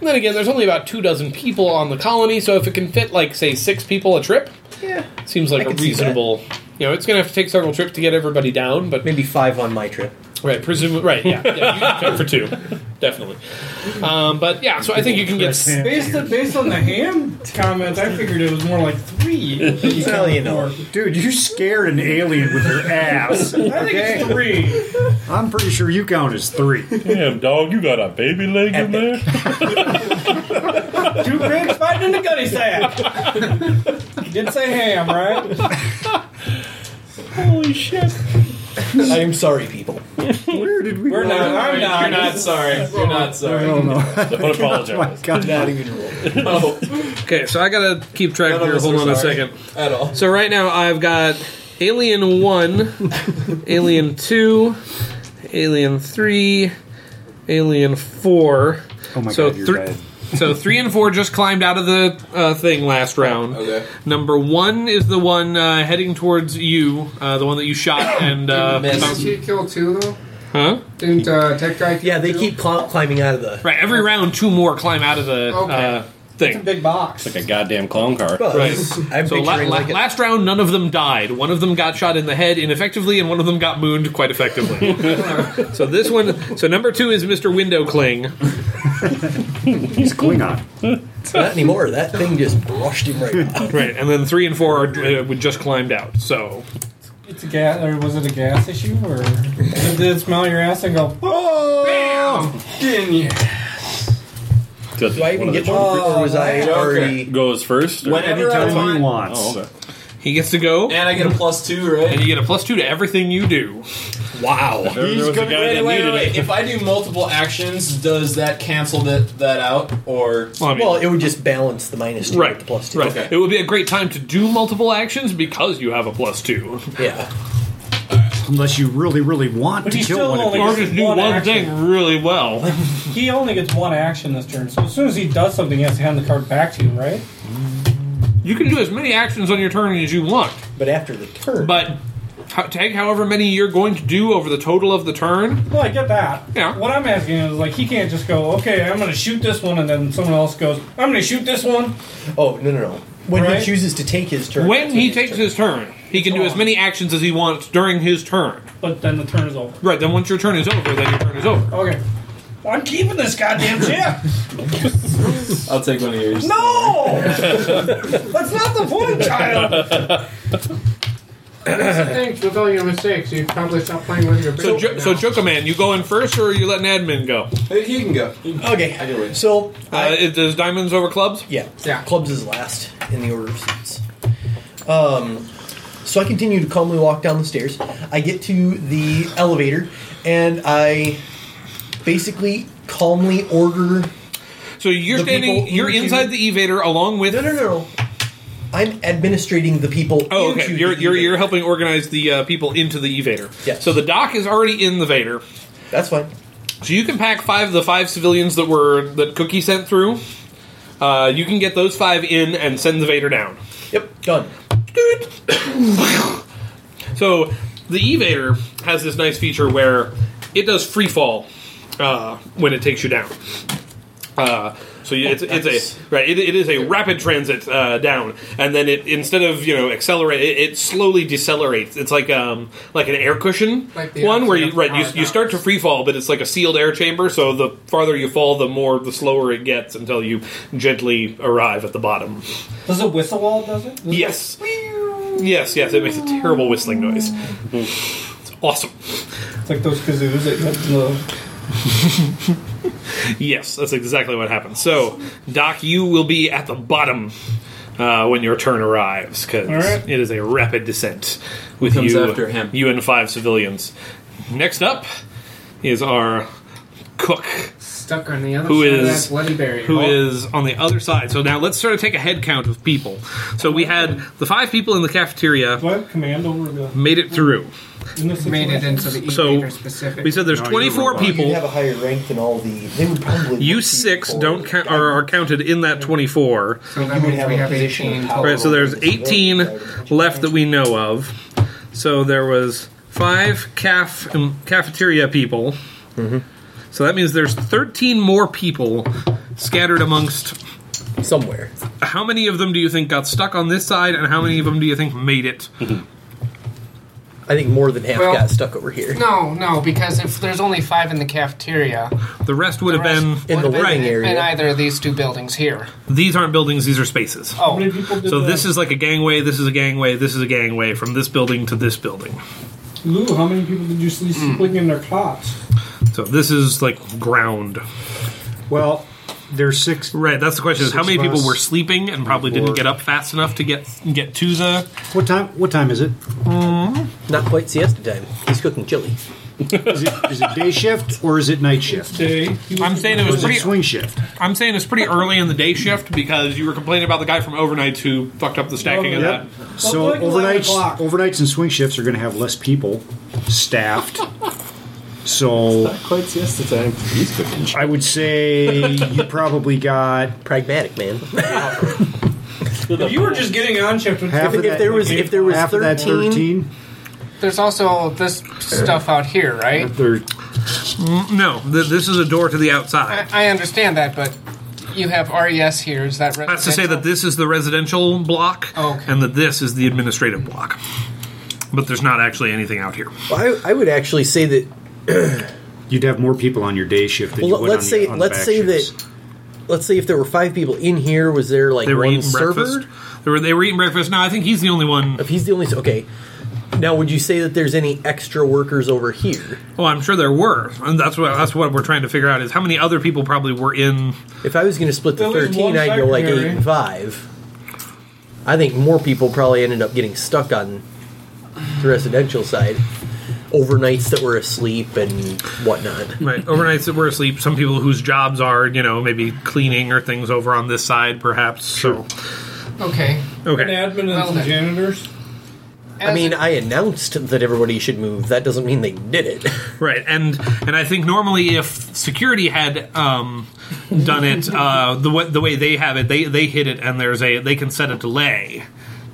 And then again, there's only about two dozen people on the colony, so if it can fit like say six people a trip,
yeah.
seems like
I
a
can see that.
reasonable. You know, it's going to have to take several trips to get everybody down, but
Maybe five on my trip.
Right, presumably, right, yeah, yeah you can cut for two, definitely. Um, but yeah, so I think you can get. s-
Based on, based on the ham comments, I figured it was more like three. I think
Well, you know,
Dude, you scared an alien with your ass.
it's three.
I'm pretty sure you count as three.
Damn, dog, you got a baby leg in there?
Two pigs fighting in the gunny sack. You did say ham, right?
Holy shit.
I am sorry, people.
Where did we
We're
go?
not. I'm
Alright, You're
not.
not sorry. You're not
I
sorry.
don't know.
Don't apologize.
God,
Not even roll.
No,
Okay, so I gotta keep track
None of
here.
us
Hold
are
on a
sorry.
second.
at all.
So right now I've got Alien One, Alien Two, Alien Three, Alien Four.
Oh my
So
god, you're
thr-
bad.
So three and four just climbed out of the uh, thing last round.
Okay.
Number one is the one uh, heading towards you, uh, the one that you shot and uh,
Didn't she kill two though?
huh?
Didn't uh, tech guy? Kill
Yeah, they
two?
keep cl- climbing out of the.
Right, every round two more climb out of the uh,
Okay.
thing.
Big box.
Like a goddamn clown car.
Well,
Right.
I'm
So la-
picturing
la-
like a-
last round, none of them died. One of them got shot in the head ineffectively, and one of them got mooned quite effectively. so this one, so number two is Mr. Window Cling.
He's Klingon.
not anymore. That thing just brushed him right off.
Right, and then three and four are, uh, would just climbed out. So
It's a gas, or was it a gas issue, or did it smell your ass and go? Oh,
Didn't you?
Do I even get one, or was I
okay.
already?
Goes first? or-
Whenever I
Anytime he
find,
wants.
Oh, okay.
he gets to go,
and I get a plus two, right?
and you get a plus two to everything you do.
Wow.
There, there was a guy
Wait,
that
wait,
needed
wait,
it.
wait. If I do multiple actions, does that cancel that that out or?
Well, I mean-
Well, it would just balance the minus two with
right,
the plus two.
right.
Okay.
It would be a great time to do multiple actions because you have a plus two,
Yeah.
Unless you really, really want
But
to
he's
kill
still
one of
only-
these.
or just do
One
one
action.
thing really well.
He only gets one action this turn, so as soon as he does something, he has to hand the card back to you, right?
You can do as many actions on your turn as you want,
But after the turn,
but ho- take however many you're going to do over the total of the turn.
Well, I get that.
Yeah.
What I'm asking is, like, he can't just go, okay, I'm going to shoot this one, and then someone else goes, I'm going to shoot this one.
oh no no no. When
Right.
he chooses to take his turn,
When
that's
he
his
takes
turn.
his turn, he can do as many actions as he wants during his turn.
But then the turn is over.
Right, then once your turn is over, then your turn is over.
Oh,
Okay. I'm keeping this goddamn chip.
I'll take one of yours.
no! That's not the point, child.
Thanks with all your mistakes. You probably stop playing with your.
So,
big
jo-
now.
so Joker Man, you go in first, or are you letting Admin go?
Hey, He can go. He can go. I can
Okay.
wait.
So
Uh,
I,
it does diamonds over clubs?
yeah,
Yeah.
Clubs is last in the order of seats. Um, so I continue to calmly walk down the stairs. I get to the elevator, and I basically calmly order.
So you're
The
standing,
people
you're
into-
inside the evader along with.
No no no no. I'm administrating the people.
Oh, okay.
into
You're,
the
you're, you're
elevator.
helping organize the uh, people into the evader.
Yes.
So the doc is already in the Vader.
That's fine.
So you can pack five of the five civilians that were that Cookie sent through. Uh, you can get those five in and send the Vader down.
Yep, done.
So the evader has this nice feature where it does free fall uh, when it takes you down. Uh, so you, it's, it's a right. It, it is a rapid transit uh, down, and then it instead of you know accelerate, it, it slowly decelerates. It's like um like an air cushion
Like the
one where you
opposite of
right you,
power
you start to
balance.
free fall, but it's like a sealed air chamber. So the farther you fall, the more the slower it gets until you gently arrive at the bottom.
Does it whistle while it does it? Does it-
Yes. Yes, yes, it makes a terrible whistling noise. It's awesome.
It's like those kazoos that hit the.
Yes, that's exactly what happens. So, Doc, you will be at the bottom uh, when your turn arrives because
All right.
it is a rapid descent with
comes
you,
after him?
you and five civilians. Next up is our cook,
Stuck on the other
Who
side
is-
of that bloody barrier.
who is on the other side. So now let's sort of take a head count of people. So we had the five people in the cafeteria
Do I have command over the.
made it through.
In this
made it
situation?
into the
So,
evader specific.
We said there's 24
You'd
people.
have a higher rank than all the. They would probably.
You six don't count are, are counted in that twenty four.
so that
You would
means
have
we
a
have
position of
18
power.
total.
Right, so there's eighteen left that we know of. So there was five caf um, cafeteria people. So that means there's thirteen more people scattered amongst.
somewhere.
How many of them do you think got stuck on this side, and how many of them do you think made it?
I think more than half
Well-
got stuck over here.
No, no, because if there's only five in the cafeteria,
The rest would have been.
In the
would've been
living
in
area.
either of these two buildings here. Oh,
These aren't buildings; these are spaces.
How many people did
So
the-
this is like a gangway. This is a gangway. This is a gangway from this building to this building.
Lou, how many people did you see
Hmm.
sleeping in their cots?
So this is like ground.
Well, there's six.
Right. That's the question: is how
Six
many people
months.
were sleeping and probably didn't get up fast enough to get get to the?
What time? What time is it?
Not quite siesta time. He's cooking chili.
Is it, is it day shift or is it night shift?
Day. He was-
I'm saying it
Or
was
is it
pretty.
swing shift?
I'm saying it's pretty early in the day shift because you were complaining about the guy from overnights who fucked up the stacking of that.
Yep. So
Something like
overnights,
o'clock.
overnights and swing shifts are going to have less people staffed. So
Quite siesta time. He's cooking.
I would say you probably got
Pragmatic man.
If you were just getting on shift with
half
If,
of
if
that.
there was, if there was
half of that
thirteen,
thirteen.
There's also this stuff out here, right?
There,
No, th- this is a door to the outside.
I, I understand that, but you have RES here. Is that
That's to say that this is the residential block,
Okay.
and that this is the administrative block. But there's not actually anything out here.
I, I would actually say that.
you'd have more people on your day shift than
Well,
you would
let's
on
say,
the, on the
let's
back
say
shifts.
that. Let's say if there were five people in here, was there like
They were
one
eating
server?
breakfast. They were they were eating breakfast. No, I think he's the only one.
If he's the only, okay. Now, would you say that there's any extra workers over here?
Well, Oh, I'm sure there were, and that's what that's what we're trying to figure out is how many other people probably were in
If I was going to split the
At least one
thirteen, I'd go like eight
secretary.
and five. I think more people probably ended up getting stuck on the residential side, overnights that were asleep and whatnot.
Right. Overnights that were asleep. Some people whose jobs are, you know, maybe cleaning or things over on this side, perhaps. So,
Okay.
an
okay.
admin and
Well
some
then.
janitors.
I mean, I announced that everybody should move. That doesn't mean they did it.
Right. And and I think normally if security had um, done it uh, the way the way they have it, they they hit it and there's a they can set a delay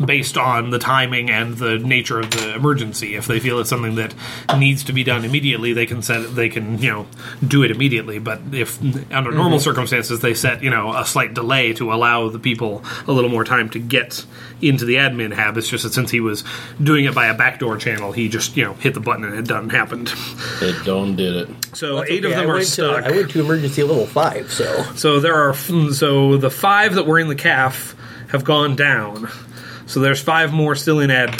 based on the timing and the nature of the emergency. If they feel it's something that needs to be done immediately, they can set it, they can, you know, do it immediately. But if under normal circumstances they set, you know, a slight delay to allow the people a little more time to get into the admin hab. It's just that since he was doing it by a backdoor channel, he just, you know, hit the button and it done happened.
It done did it.
So eight of
Yeah,
them
I
are
went
stuck.
To, I went to emergency level five, so
So there are so the five that were in the calf have gone down. So there's five more still in ad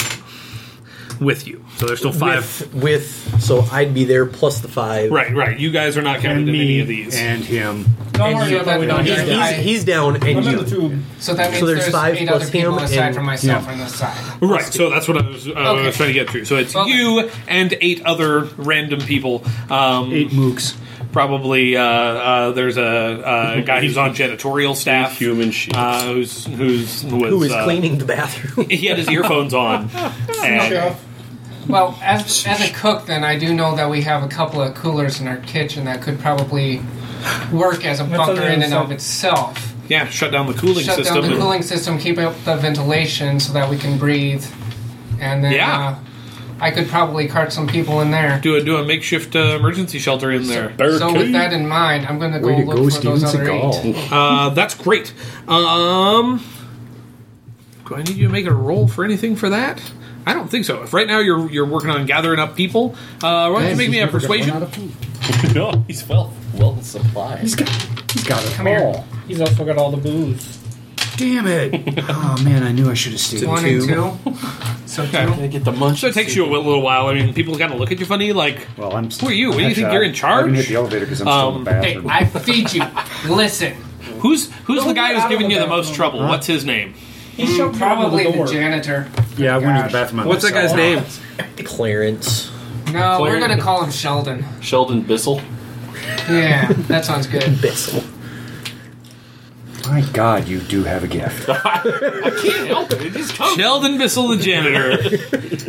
with you. So there's still five.
with, with so I'd be there plus the five.
right, right. You guys are not counted
and
in any of
me
these.
and him.
Don't
And
worry
you
about that.
let
We don't
them
need
know.
that.
He's, he's down and
I'm in
you.
the tube.
so that means
there's
there's,
five
eight
plus
other people
him
aside
and-
from myself
yeah.
on this side.
Right, so that's what I was, uh,
Okay.
trying to get through. So it's
Well,
you and eight other random people. Um,
Eight mooks.
Probably uh, uh, there's a, a guy who's on janitorial staff,
Human shield.
uh, who's who's was,
Who was
uh,
cleaning the bathroom?
He had his earphones on, and
Well, as, as a cook, then I do know that we have a couple of coolers in our kitchen that could probably work as a bunker
on the
in and
other
of itself.
yeah, shut down the cooling
Shut
system.
down the
and-
cooling system, keep up the ventilation so that we can breathe, and then
Yeah.
uh, I could probably cart some people in there.
Do a do a makeshift uh, emergency shelter in there.
So with that in mind, I'm going to go
Way to
look
go,
for
Steven
those other eight.
Uh, that's great. Um, do I need you to make a roll for anything for that? I don't think so. If right now you're you're working on gathering up people, uh, why don't you
Yes,
make me
he's
a
never got
persuasion?
one no, he's well well supplied. He's got he's got it
Come here. He's also got all the booze.
Damn it! oh man, I knew I should have stayed.
One and two.
So
okay.
get the munch.
So it takes you a little while. I mean, people kind of look at you funny, like,
"Well, I'm
who are you? What do you
Actually,
think
I-
you're in
I
charge?" Um,
haven't hit the elevator 'cause I'm still in the
Hey, I feed you. Listen.
Who's who's the guy who's giving you the most trouble?
Huh?
What's his name?
He should probably the, janitor.
Yeah, I went to the bathroom.
What's that guy's name?
Clarence.
No, we're
Clarence.
gonna call him Sheldon.
Sheldon Bissell.
Yeah, that sounds good.
Bissell.
My God, you do have a gift.
Sheldon Bissell, the janitor,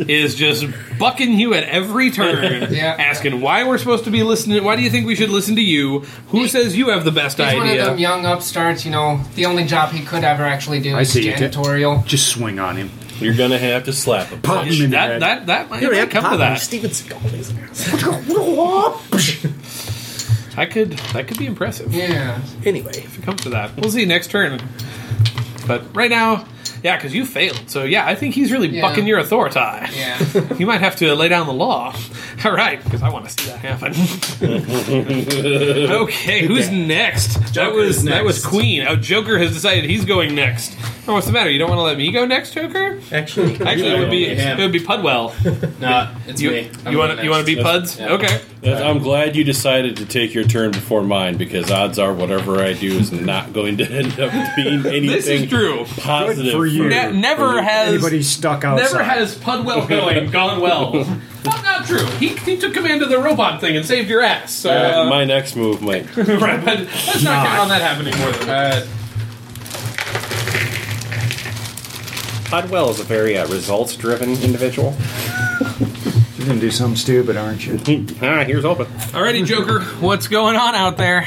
is just bucking you at every turn,
Yeah.
asking why we're supposed to be listening. Why do you think we should listen to you? Who says you have the best
He's one of them
idea?
young upstarts, you know. The only job he could ever actually do
I
is
see it.
janitorial.
Just swing on him.
You're gonna have to slap him.
Pop him in the head.
That that might, it might come to that.
Steven Seagal.
I could that could be impressive.
Yeah.
Anyway,
if it comes to that, we'll see next turn. But right now, yeah, because you failed. So yeah, I think he's really
Yeah.
bucking your authority.
Yeah.
you might have to lay down the law. All right, because I want to see that happen. okay, who's next? that was that was Queen. Oh, Joker has decided he's going next. Oh, what's the matter? You don't want to let me go next, Joker?
Actually,
Actually, it would be
him.
it would be Pudwell.
Nah, it's
You-
me.
you wanna- you wanna be Puds? Okay.
I'm glad you decided to take your turn before mine because odds are whatever I do is not going to end up being anything
This is true.
positive
Good for you.
Ne- never has-
anybody stuck outside.
Never has Pudwell going gone well. well, not true. He, he took command of the robot thing and saved your ass. So,
Uh,
uh,
my next move might.
right, but let's not count on that happening more than that.
Podwell is a very uh, results-driven individual.
You're gonna do something stupid, aren't you?
ah, here's open.
Alrighty, Joker, what's going on out there?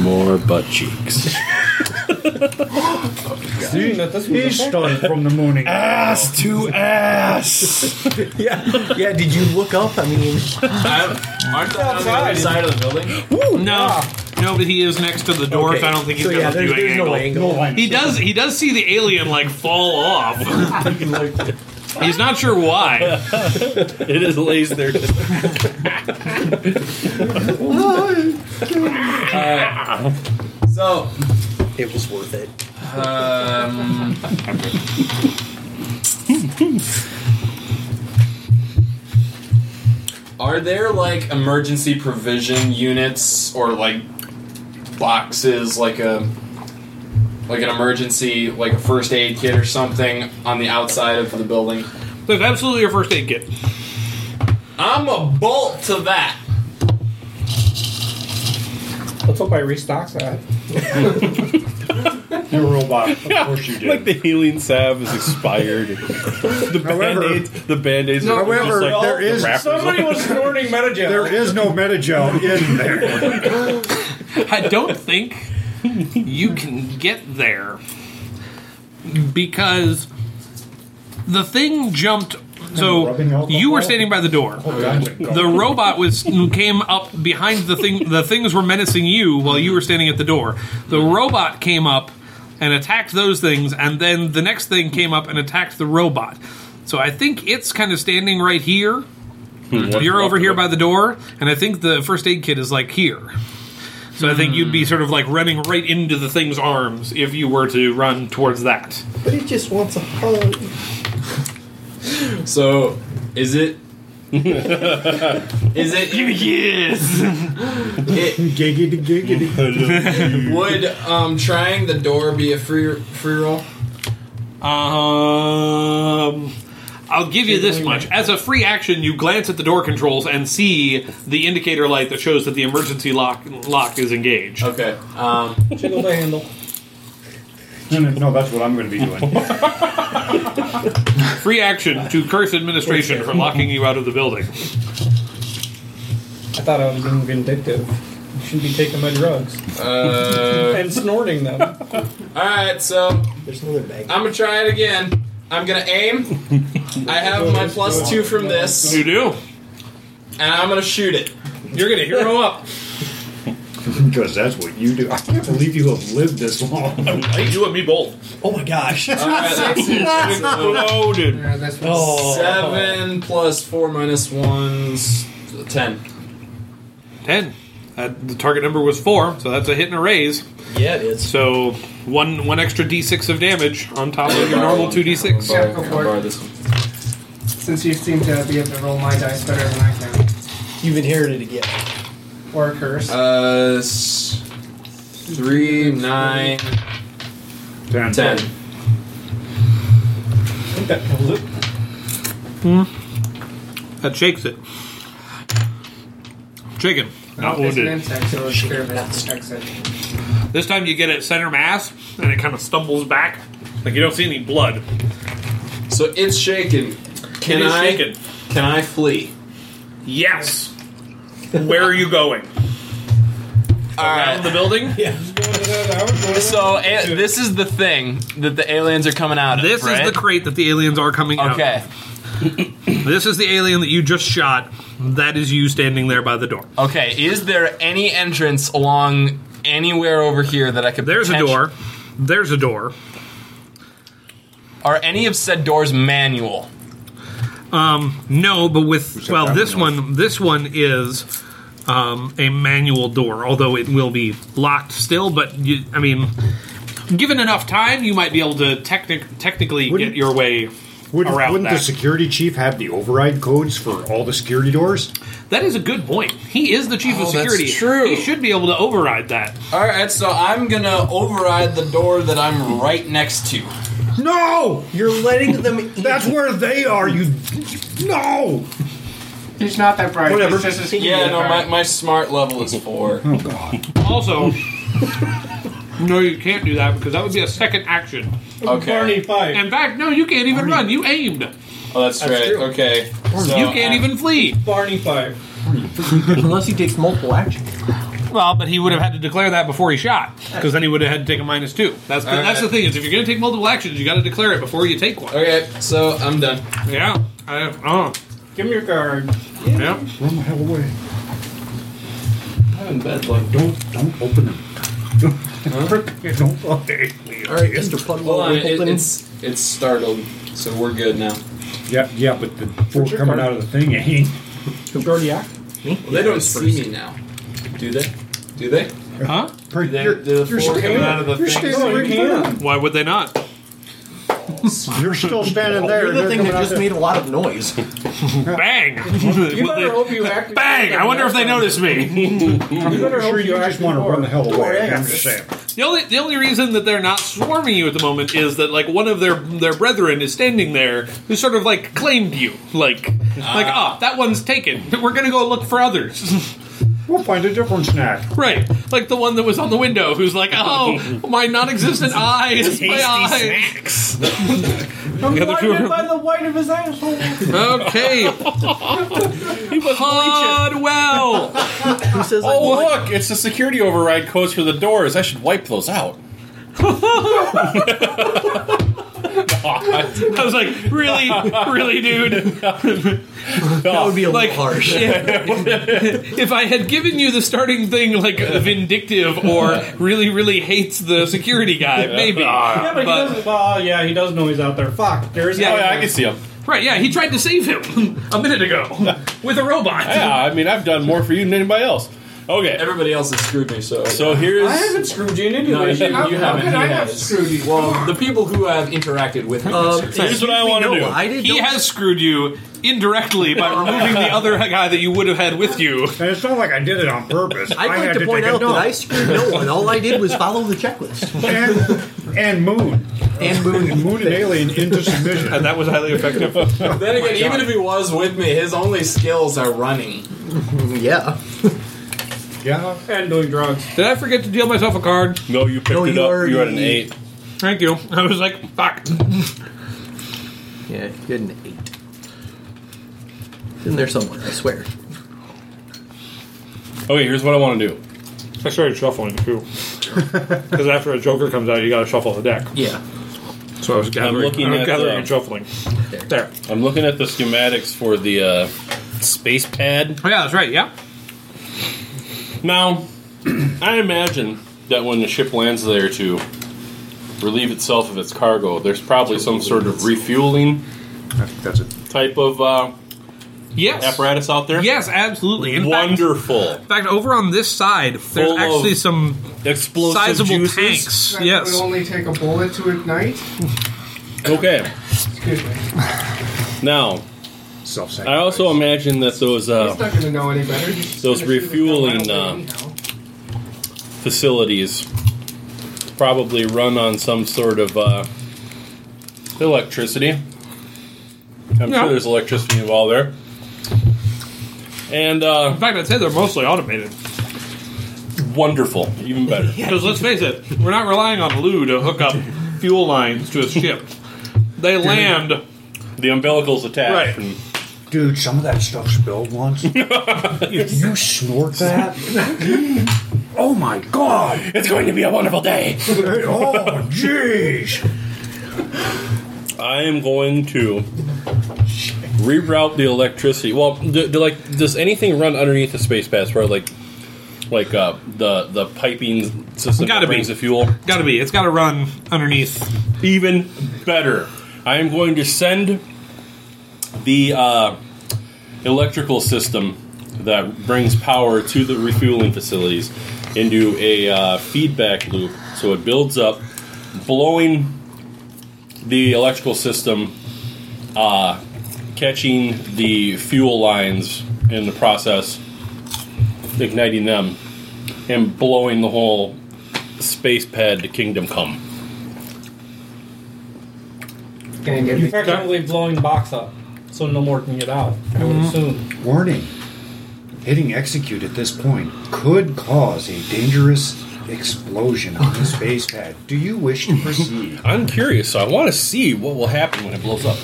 More butt cheeks.
He's started from the morning.
ass to ass.
yeah, yeah. Did you look up? I mean,
Aren't they on the other side of the building?
No, no, but he is next to the door,
Okay.
so I don't think he's
so
got
yeah,
a
there's,
viewing
there's
angle.
no angle.
He does. He does see the alien like fall off. He's not sure why.
It is lays there.
So,
It was worth it.
um. Are there like emergency provision units or like boxes, like a like an emergency, like a first aid kit or something on the outside of the building?
There's absolutely your first aid kit.
I'm a bolt to that.
Let's hope I restock that.
You're a robot. Of course you
like the healing salve is expired. the
However-
band-aids, the band-aids are
However,
just like
there
the
is
wrappers
Somebody
on-
was snorting Metagel.
There is no metagel in there.
I don't think you can get there because the thing jumped.
rubbing
So
alcohol?
you were standing by the door. The robot was came up behind the thing. The things were menacing you while you were standing at the door. The robot came up and attacked those things, and then the next thing came up and attacked the robot. So I think it's kind of standing right here. You're over here by the door, and I think the first aid kit is like here. So I think you'd be sort of like running right into the thing's arms if you were to run towards that.
But it just wants a hug.
So, is it? is it?
Yes.
it-
Giggity giggity.
would um, trying the door be a free free roll?
Um, I'll give you this much: as a free action, you glance at the door controls and see the indicator light that shows that the emergency lock lock is engaged.
Okay. Um,
Jiggle the handle.
No, no, no, that's what I'm going to be doing.
Free action to curse administration for locking you out of the building.
I thought I was being vindictive. You shouldn't be taking my drugs
uh,
and snorting them.
all right. So
There's another bag.
I'm gonna try it again. I'm gonna aim. I have my plus two from this.
You do.
And I'm gonna shoot it.
You're gonna hero up.
Because that's what you do. I can't believe you have lived this long.
You and me both.
Oh my gosh.
Exploded.
Yeah, this was
Oh.
Seven plus four minus one's ten.
Ten. Uh, the target number was four, so that's a hit and a raise.
Yeah, it is.
So one one extra d6 of damage on top of your normal two d6.
Yeah, go for it.
Oh, Borrow this one.
Since you seem to be able to roll my dice better than I can,
You've inherited it yet.
or a curse.
Uh, s- three, nine,
Ten.
ten.
That shakes it. Shaken. Not
it's
wounded.
an insect, so it's clear that it protects it.
This time you get it center mass, and it kind of stumbles back. Like you don't see any blood.
So it's shaken. Can
It is
I?
shaken.
Can I flee?
Yes. Where are you going?
All
Around the building.
So a- this is the thing that the aliens are coming out of.
This
right?
is the crate that the aliens are coming out. of.
Okay.
This is the alien that you just shot. That is you standing there by the door.
Okay. Is there any entrance along anywhere over here that I could?
There's a
potent-
door. There's a door.
Are any of said doors manual?
No, but with
that
well,
one
this
north?
one this one is um, a manual door, although it will be locked still. But you, I mean, given enough time, you might be able to technic- technically
Wouldn't-
get your way
Wouldn't,
around
wouldn't the
that.
security chief have the override codes for all the security doors?
that is a good point. He is the chief of
Oh, that's
security.
true.
He should be able to override that.
All right. So I'm gonna override the door that I'm right next to.
No!
You're letting them in.
That's where they are, you. No!
He's not that bright.
Whatever.
He's just as
Yeah. No. My, my smart level is four.
Also, no, you can't do that because that would be a second action.
Okay.
Barney fight.
In fact, no, you can't even run. You aimed.
Oh, that's right.
true.
Okay. So
you can't
I-
even flee.
Barney fight.
Unless he takes multiple actions.
Well, but he would have had to declare that before he shot, because then he would have had to take a minus two. That's the,
All right.
that's the thing is, if you're going to take multiple actions, you got to declare it before you take one.
Okay. So I'm done.
Yeah, I, oh,
Give me your card.
yeah.
Run the hell away.
I'm in bed. Like.
Don't don't open them. Don't open
All right, Mr. Puddle.
Hold on,
we're
it,
open.
it's it's startled, so we're good now.
Yeah, yeah, but the four
your
coming
card?
out of the thing ain't.
Well, they don't see me now, do they? Do they?
Huh?
Per,
They-
you're,
the
you're
four coming out of the
you're
thing.
standing right in front of
Why would they not?
them. You're still standing there.
You're the
they're
thing that
coming out
just
there.
made a lot of noise.
Bang!
You
Will
better
they-
hope you act.
Bang! I wonder if they notice me.
You better hope
Sure, you
you
just
act.
want to run the hell away. I'm just saying.
The only the only reason that they're not swarming you at the moment is that like one of their their brethren is standing there who sort of like claimed you, like like ah that one's taken. We're gonna go look for others.
We'll find a different snack.
Right, like the one that was on the window, who's like, "Oh, my non-existent eyes, my eyes." The other two are-
Blinded by the white of his asshole.
okay, Hardwell.
Who says I
Oh,
want-
look, it's the security override codes for the doors. I should wipe those out.
I was like, really, really, dude.
That would be a
Like-
little harsh.
If I had given you the starting thing, like vindictive or really, really hates the security guy, maybe.
Yeah, but,
But-
he doesn't. Well, Oh, yeah, he does know he's out there. Fuck. There's.
Yeah.
Oh, yeah, I can see them.
Right? Yeah, he tried to save him a minute ago with a robot.
Yeah, I mean, I've done more for you than anybody else. Okay,
Everybody else has screwed me, so
so here's.
I haven't screwed you in any
No,
way.
you-
how,
you
how
haven't.
could I
He
have
has.
screwed you?
well, the people who have interacted with me.
Um,
Here's what I want to
no,
do.
I didn't.
He
know-
has screwed you indirectly by removing the other guy that you would have had with you.
And it's not like I did it on purpose.
I'd
I
like
had
to point
take a
out that I
dump.
screwed no one. All I did was follow the checklist.
and, and Moon.
And Moon.
And Moon and Alien into submission.
And that was highly effective. All
then again, even if he was with me, his only skills are running.
Yeah.
Yeah.
And doing drugs.
Did I forget to deal myself a card?
No, you picked
No,
it
you
up.
already-
You're at an eight.
Thank you. I was like, fuck.
Yeah, you had an eight. It's in there somewhere, I swear.
Okay, here's what I want to do.
I started shuffling too. Because after a Joker comes out, you gotta shuffle the deck.
Yeah.
That's what I was
I'm
gathering.
looking
I'm
at
uh,
uh,
gathering
the-
and shuffling. There.
I'm looking at the schematics for the uh, space pad.
Oh yeah, that's right. Yeah.
Now, I imagine that when the ship lands there to relieve itself of its cargo, there's probably some sort of refueling.
That's it.
Type of uh,
yes
apparatus out there.
Yes, absolutely. In fact-
Wonderful.
in fact, over on this side,
Full
there's actually
of
some
explosive
sizable
juices.
tanks.
That
Yes.
would only take a bullet to ignite.
Okay.
Excuse me.
Now, I also imagine that those
Oh.
He's
uh,
not going to know any better. He's
those
gonna shoot his gun
refueling
out
uh,
anyhow.
facilities probably run on some sort of uh, electricity. I'm
Yeah.
sure there's electricity involved there. And uh,
In fact, I'd say they're mostly automated.
Wonderful, even better.
Because let's face it, we're not relying on Lou to hook up fuel lines to a ship. They land.
The umbilicals attached.
Right.
Dude, some of that stuff spilled once. you snort that? oh my god!
It's going to be a wonderful day.
oh, jeez!
I am going to reroute the electricity. Well, do, do, like, does anything run underneath the space pass? Where like, like uh, the the piping system
Gotta
that
be.
brings the fuel?
Gotta be. It's gotta run underneath.
Even better. I am going to send the uh, electrical system that brings power to the refueling facilities into a uh, feedback loop, so it builds up, blowing the electrical system, uh, catching the fuel lines in the process, igniting them, and blowing the whole space pad to kingdom come.
You're practically blowing the box up, so no more can get out. I would assume.
Warning. Hitting execute at this point could cause a dangerous explosion on the space pad. Do you wish to proceed?
I'm curious, so I want to see what will happen when it blows up.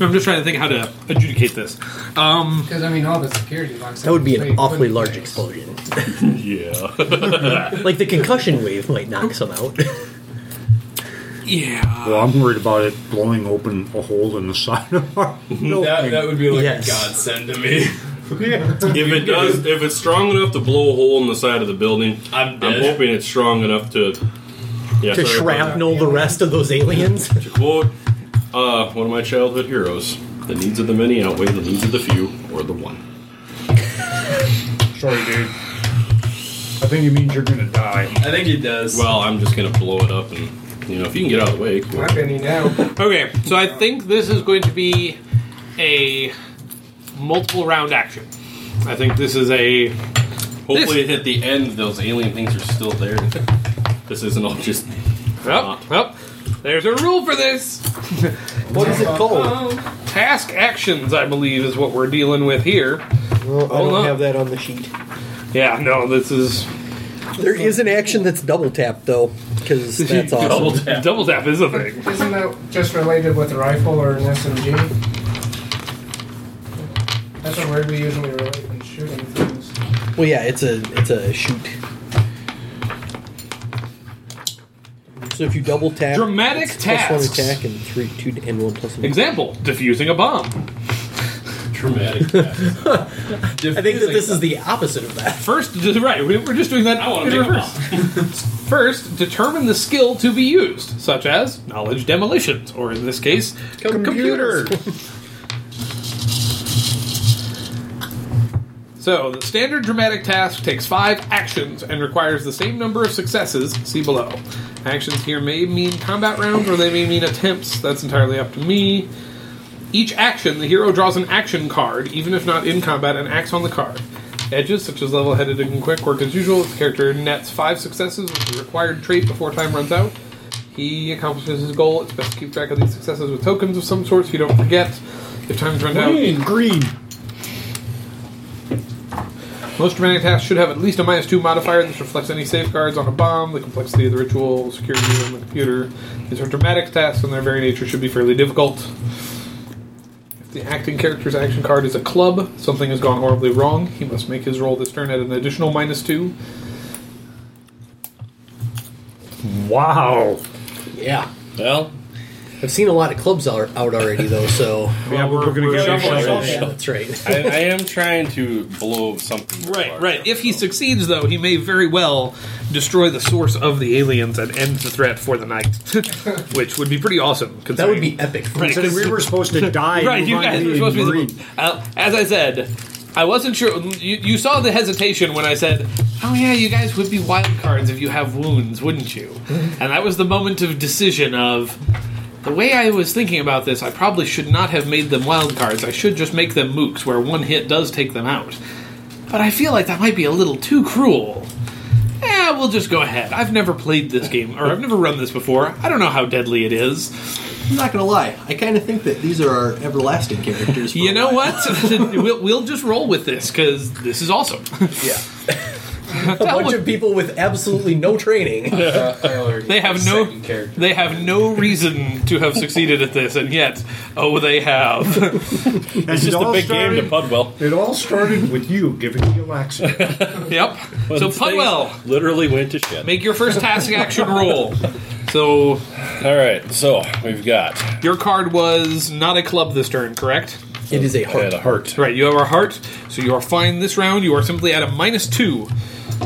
I'm just trying to think how to adjudicate this. Um,
Because I mean, all the security locks.
That would be
Wait,
an awfully
wouldn't-
large explosion.
yeah.
like the concussion wave might knock some out.
yeah.
Well, I'm worried about it blowing open a hole in the side of our
That, that would be like
Yes.
a godsend to me.
If it does, if it's strong enough to blow a hole in the side of the building,
I'm
I'm,
dead.
hoping it's strong enough to yeah,
to
sorry about
shrapnel the rest of those aliens.
that. To quote uh, one of my childhood heroes, "The needs of the many outweigh the needs of the few or the one."
Sorry, dude. I think it means you're gonna die.
I think it does.
Well, I'm just gonna blow it up, and you know, if you can get out of the way, cool.
I've been here now.
Okay, so I think this is going to be a multiple round action. I think this is a.
Hopefully, at the end, those alien things are still there. This isn't all just.
Well, well, uh, there's a rule for this.
What is it called?
Task actions, I believe, is what we're dealing with here.
Well, I
Hold
don't
on.
have that on the sheet.
Yeah, no, this is
There is an action that's double tapped though, because that's
double
awesome.
tap. Double tap is a thing.
Isn't that just related with a rifle or an SMG? That's a word we usually relate when shooting things.
Well, yeah, it's a it's a shoot.
So if you double tap,
Dramatic
it's plus one
tasks.
attack and three, two, and one plus one.
Example: defusing a bomb.
Traumatic. I
I think that this is the opposite of that.
First, right? we- We're just doing that
I want
in
to make a
reverse.
bomb.
First, determine the skill to be used, such as knowledge demolitions, or in this case, computer. so, the standard dramatic task takes five actions and requires the same number of successes, see below. Actions here may mean combat rounds or they may mean attempts, that's entirely up to me. Each action, the hero draws an action card, even if not in combat, and acts on the card. Edges, such as level headed and quick, work as usual. If the character nets five successes with the required trait before time runs out, he accomplishes his goal. It's best to keep track of these successes with tokens of some sort so you don't forget. If time's run out,
green.
most dramatic tasks should have at least a minus two modifier. This reflects any safeguards on a bomb, the complexity of the ritual, security on the computer. These are dramatic tasks, and their very nature should be fairly difficult. The acting character's action card is a club. Something has gone horribly wrong. He must make his roll this turn at an additional minus two.
Wow.
Yeah.
Well,
I've seen a lot of clubs out, out already, though, so.
Yeah, we're- we're gonna get a shovel.
Yeah, That's right.
I, I am trying to blow something.
Right, right. If he succeeds, though, he may very well destroy the source of the aliens and end the threat for the night, which would be pretty awesome. That would be
epic.
Right,
Considering we were supposed to die and
right,
move
you
on
guys
to
were
being
supposed to be.
Marine.
The, uh, as I said, I wasn't sure. You, you saw the hesitation when I said, "Oh yeah, you guys would be wild cards if you have wounds, wouldn't you?" and that was the moment of decision of. The way I was thinking about this, I probably should not have made them wild cards. I should just make them mooks, where one hit does take them out. But I feel like that might be a little too cruel. Eh, we'll just go ahead. I've never played this game, or I've never run this before. I don't know how deadly it is.
I'm not gonna lie. I kind of think that these are our everlasting characters.
You know what? we'll, we'll just roll with this because this is awesome.
Yeah. a bunch of people with absolutely no training.
they have no they have no reason to have succeeded at this, and yet, oh, they have. it's
It's just it a all big game to started-
Pudwell.
It all started with you giving me a laxative.
Yep. so Pudwell,
literally went to shit.
make your first task action roll. So, all
right. So we've got
your card was not a club this turn, correct?
It is a I heart. had a heart.
Right, you have a heart, so you are fine this round. You are simply at a minus two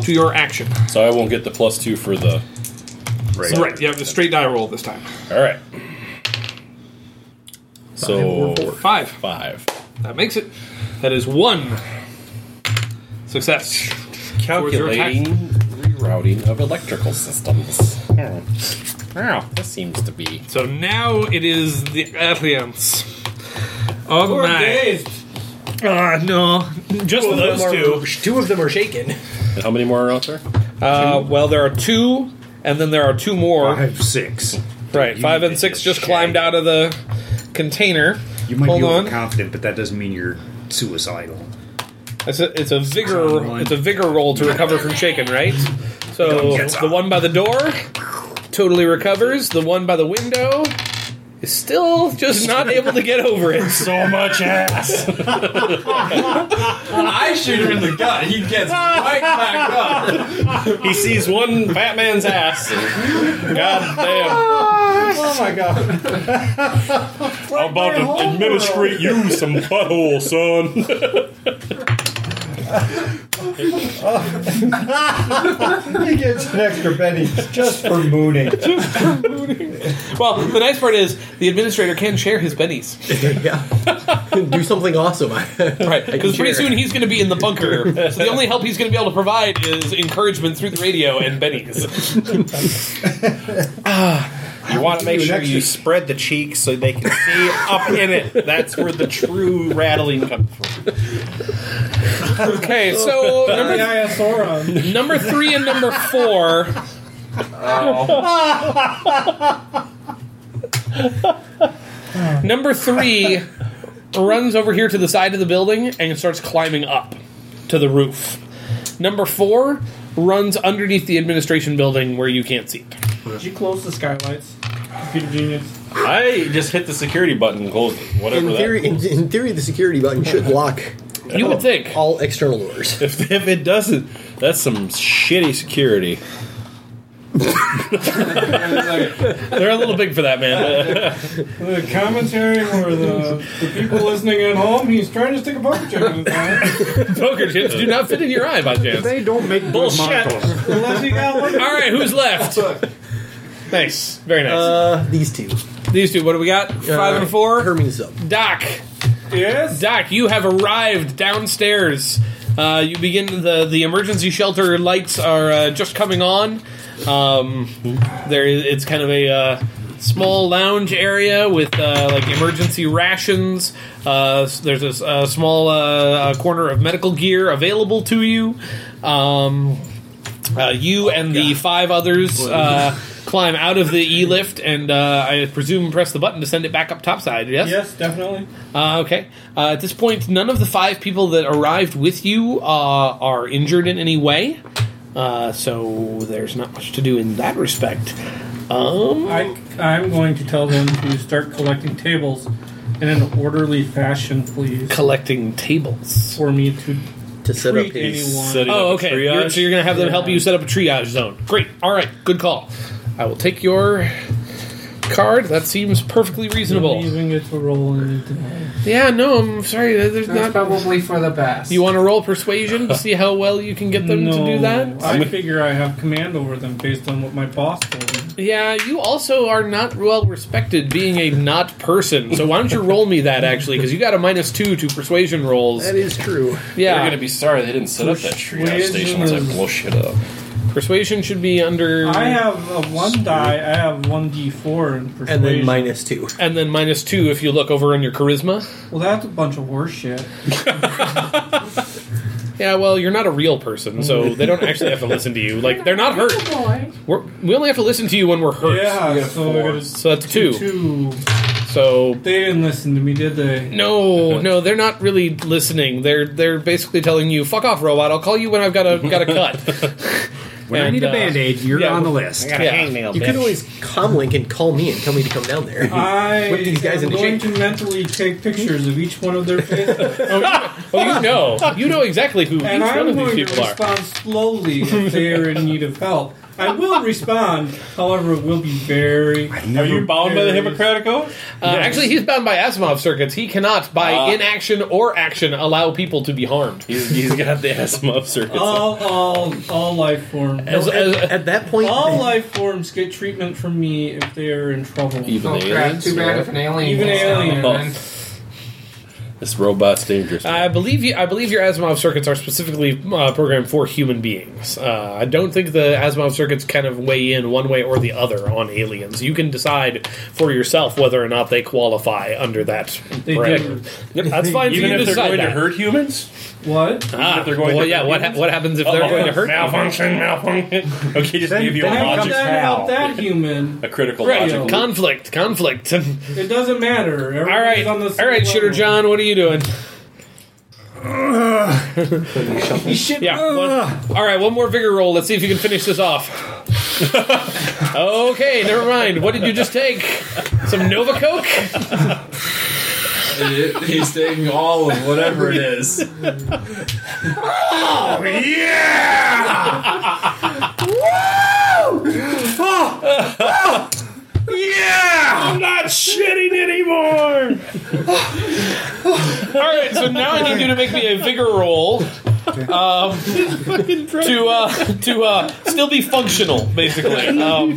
to your action.
So I won't get the plus two for the.
Right. Right, you have the straight die roll this time.
All right. So
Five.
Five.
That makes it. That is one success.
calculating rerouting of electrical systems. Oh. Wow, this seems to be.
So now it is the aliens. Oh
Poor
my!
Dave.
Ah no, just
Two of
those
them
two.
are- Two of them are shaken.
And how many more are out there?
Uh, well, there are two, and then there are two more. Five,
six.
Right, five and six just climbed out of the container.
You might
Hold
be
on.
overconfident, but that doesn't mean you're suicidal.
It's a, it's a vigor. It's a vigor roll to recover from shaken, right? So the one by the door totally recovers. The one by the window is still just not able to get over it. So much ass.
I shoot him in the gut. He gets right back up.
He sees one Batman's ass. God damn.
Oh my god.
I'm about to administrate you some butthole, son.
he gets an extra penny just for mooning.
Well, the nice part is the administrator can share his bennies.
yeah. Do something awesome.
right. Because pretty
share.
soon he's going to be in the bunker. So the only help he's going to be able to provide is encouragement through the radio and bennies.
You want to make
Give you
sure
an
you
extra-
spread the cheeks so they can see up in it. That's where the true rattling comes from.
Okay, so number, number three and number four. Number three runs over here to the side of the building and starts climbing up to the roof. Number four runs underneath the administration building where you can't see it.
Did you close the skylights? Computer genius.
I just hit the security button and closed it. Whatever
In theory, in, in theory, the security button should lock.
You would
think
all external doors.
that. If, if it doesn't, that's some shitty security.
They're a little big for that, man.
The commentary for the, the people listening at home, he's trying to stick a poker chip in his eye.
Poker chips do not fit in your eye by chance.
They
don't make
bullshit.
Unless he got
All
one.
right, who's left? Nice, very nice. Uh,
these two.
These two. What do we got? Five and four.
Hermes up.
Doc. Yes. Doc, you have arrived downstairs. Uh, you begin the the emergency shelter lights are uh, just coming on. Um, there, it's kind of a uh, small lounge area with uh, like emergency rations. Uh, s- there's a, s- a small uh, uh, corner of medical gear available to you. Um, uh, you and the five others uh, climb out of the e lift and uh, I presume press the button to send it back up topside. Yes.
Yes, definitely.
Uh, okay. Uh, at this point, none of the five people that arrived with you uh, are injured in any way, uh, so there's not much to do in that respect. Um,
I, I'm going to tell them to start collecting tables in an orderly fashion, please.
Collecting tables
for me to
to
set
treat anyone.
oh, okay. You're- so you're gonna have them help you set up a triage zone. Great. All right. Good call. I will take your card. That seems perfectly reasonable.
Using it to roll
Yeah, no, I'm sorry. there- There's
That's
not
probably for the best.
You want to roll persuasion to see how well you can get them to do that?
I figure I have command over them based on what my boss told me.
yeah, you also are not well respected being a not person. So why don't you roll me that actually? Because you got a minus two to persuasion rolls.
That is true.
Yeah,
Uh, They're gonna be sorry they didn't set up that treehouse station once I blow shit up.
Persuasion should be under.
I have a one die. I have one d four in persuasion.
minus two. And then minus two if you look over in your charisma.
Well, that's a bunch of horse shit.
Yeah, well, you're not a real person, so they don't actually have to listen to you. Like they're not hurt. We're, we only have to listen to you when we're hurt.
Yeah,
You got
so I
four.
gotta-
So that's two.
Two.
So
they didn't listen to me, did they?
No, no, they're not really listening. They're they're basically telling you, "Fuck off, robot. I'll call you when I've got a got a cut." uh,
When I need a Band-Aid, you're on the list. I got a hangnail,
You
bitch.
could always comlink and call me and tell me to come down there.
I
Whip these guys
am
into
going
shape.
to mentally take pictures of each one of their faces.
oh, you know, you know exactly who
and
each one
I'm
of these
going to
people are.
respond slowly if they are in need of help. I will respond, however, it will be very. Are
you bound by the
Hippocratic Oath?
Uh, Actually, he's bound by Asimov circuits. He cannot, by
Uh,
Ah.
inaction or action, allow people to be harmed.
He's, he's got the Asimov circuits.
all, all, all life forms.
As- No, at- as-
that
point-
all life forms get treatment from me if they are in trouble.
Even Oh, crap, aliens? too bad if an alien
Even
gets down
alien.
Oh.
there, then- This robot's dangerous.
I believe you, I believe your Asimov circuits are specifically uh, programmed for human beings. Uh, I don't think the Asimov circuits kind of weigh in one way or the other on aliens. You can decide for yourself whether or not they qualify under that.
They
parameter. Yep, that's fine.
Even
for you
if
to
they're
decide
going to
that.
hurt humans?
What?
Ah,
if they're going
well,
to
yeah.
hurt
What ha-
humans?
what happens if they're
Uh-oh.
going to hurt?
Malfunction, malfunction. Okay, just give you a
Then
logic
comes
fail.
out that human.
A critical
Right,
logic. loop.
conflict, conflict.
It doesn't matter. Everybody's
all right,
on the
all right, shooter John, what are you doing? yeah. one- all right, one more vigor roll. Let's see if you can finish this off. okay, never mind. What did you just take? Some Nova Coke?
He's taking all of whatever it is.
Oh yeah! Woo! Oh, oh, yeah! I'm not shitting anymore.
All right, so now I need you to make me a vigor roll. Um, to uh, to uh, still be functional, basically. Um,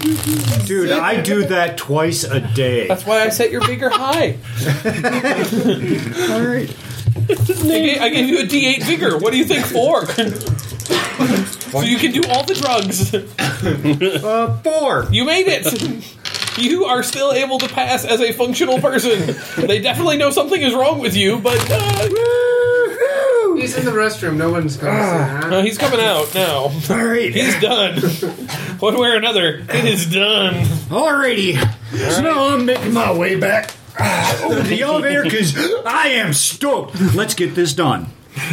Dude, I do that twice a day.
That's why I set your bigger high.
All right.
I gave, I gave you a D8 vigor. What do you think for? so you can do all the drugs.
Uh, four.
You made it. You are still able to pass as a functional person. They definitely know something is wrong with you, but uh,
He's in the restroom. No one's going to see
no,
that.
he's coming out now.
All right.
He's done. One way or another, it is done.
Alrighty. So now I'm making my way back ah, over the elevator because I am stoked. Let's get this done.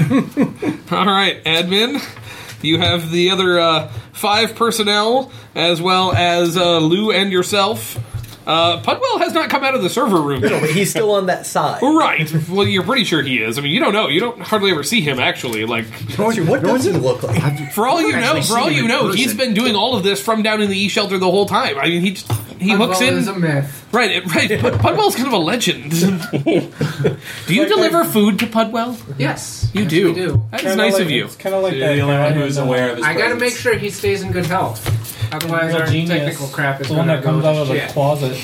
All right, admin. You have the other uh, five personnel, as well as uh, Lou and yourself. Uh, Pudwell has not come out of the server room.
No, but he's still on that side.
Right. Well, you're pretty sure he is. I mean, you don't know. You don't hardly ever see him actually. Like,
what does he look like?
for all you know,
Actually
for all
seen him
you
in
know, he's
person.
been doing all of this from down in the e shelter the whole time. I mean, he just, he hooks
Pudwell
in.
is a myth.
Right, it- right. Pud- Pudwell's kind of a legend. do you deliver food to Pudwell?
Yes.
You
Yes,
do.
we do.
That is nice of you.
kind of like
You're the only one who's aware of his
I got to
presence.
make sure he stays in good health. Otherwise, our
Genius.
technical crap is
The
going
one
to
that
go
comes out of
to
the
shit.
closet.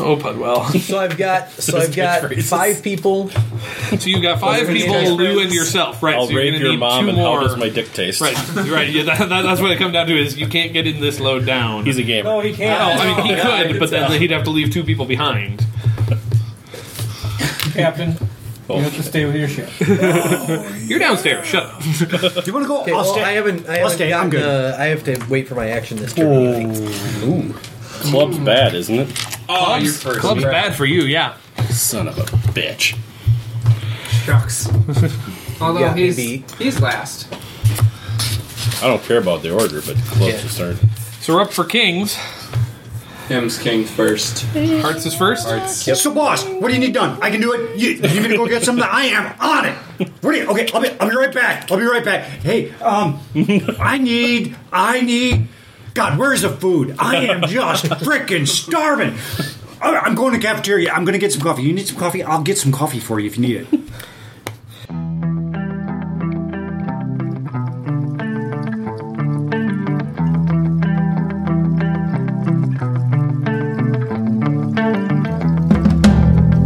Oh, Pudwell.
So I've got so I've got five people.
So you've got five people, Lou and yourself, right?
I'll
so you're
rape
gonna
your
need
mom
two
and
more.
how does my dick taste?
Right, right. Yeah, that, that, that's what it comes down to is you can't get in this low down. He's a gamer.
No, he can't.
I mean, he
Yeah, I
could,
can
but then
tell.
he'd have to leave two people behind.
Captain,
Oh.
you have to stay with your ship.
You're downstairs. Shut up.
Do
you want to go?
Okay,
I'll
well,
stay.
I haven't. I
I'll
haven't
stay. I'm
gotten,
good.
uh, I have to wait for my action this turn.
Ooh. Club's bad, isn't it?
Oh, you're
first.
Club's bad for you, yeah.
Son of a bitch.
Shucks. Although
Yeah,
he's
maybe.
he's last.
I don't care about the order, but Club's
Yeah.
just started.
So we're up for Kings.
Him's king first.
Hearts is first?
Hearts.
So, boss, what do you need done? I can do it. You, you gonna go get something? I am on it. What do you? Okay, I'll be. I'll be right back. I'll be right back. Hey, um, I need. I need. God, where's the food? I am just freaking starving.
All right, I'm going to the cafeteria. I'm going to get some coffee. You need some coffee? I'll get some coffee for you if you need it.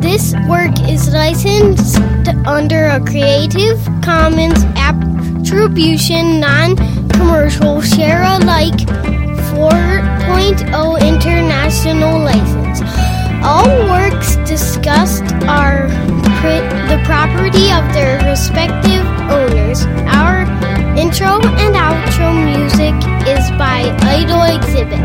This work is licensed under a Creative Commons Attribution Non Commercial Share Alike 4.0 International License. All works discussed are pri- the property of their respective owners. Our intro and outro music is by Idol Exhibit.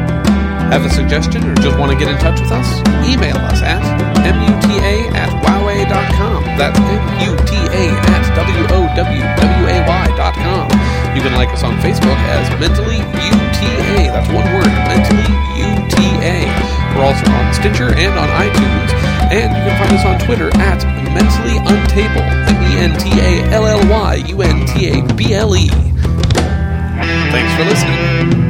Have a suggestion or just want to get in touch with us? Email us at muta at woway.com. That's muta at woway.com. You can like us on Facebook as Mentally UTA. That's one word, Mentally UTA. We're also on Stitcher and on iTunes. And you can find us on Twitter at Mentally E Untable. M-E-N-T-A-L-L-Y-U-N-T-A-B-L-E. E. Thanks for listening.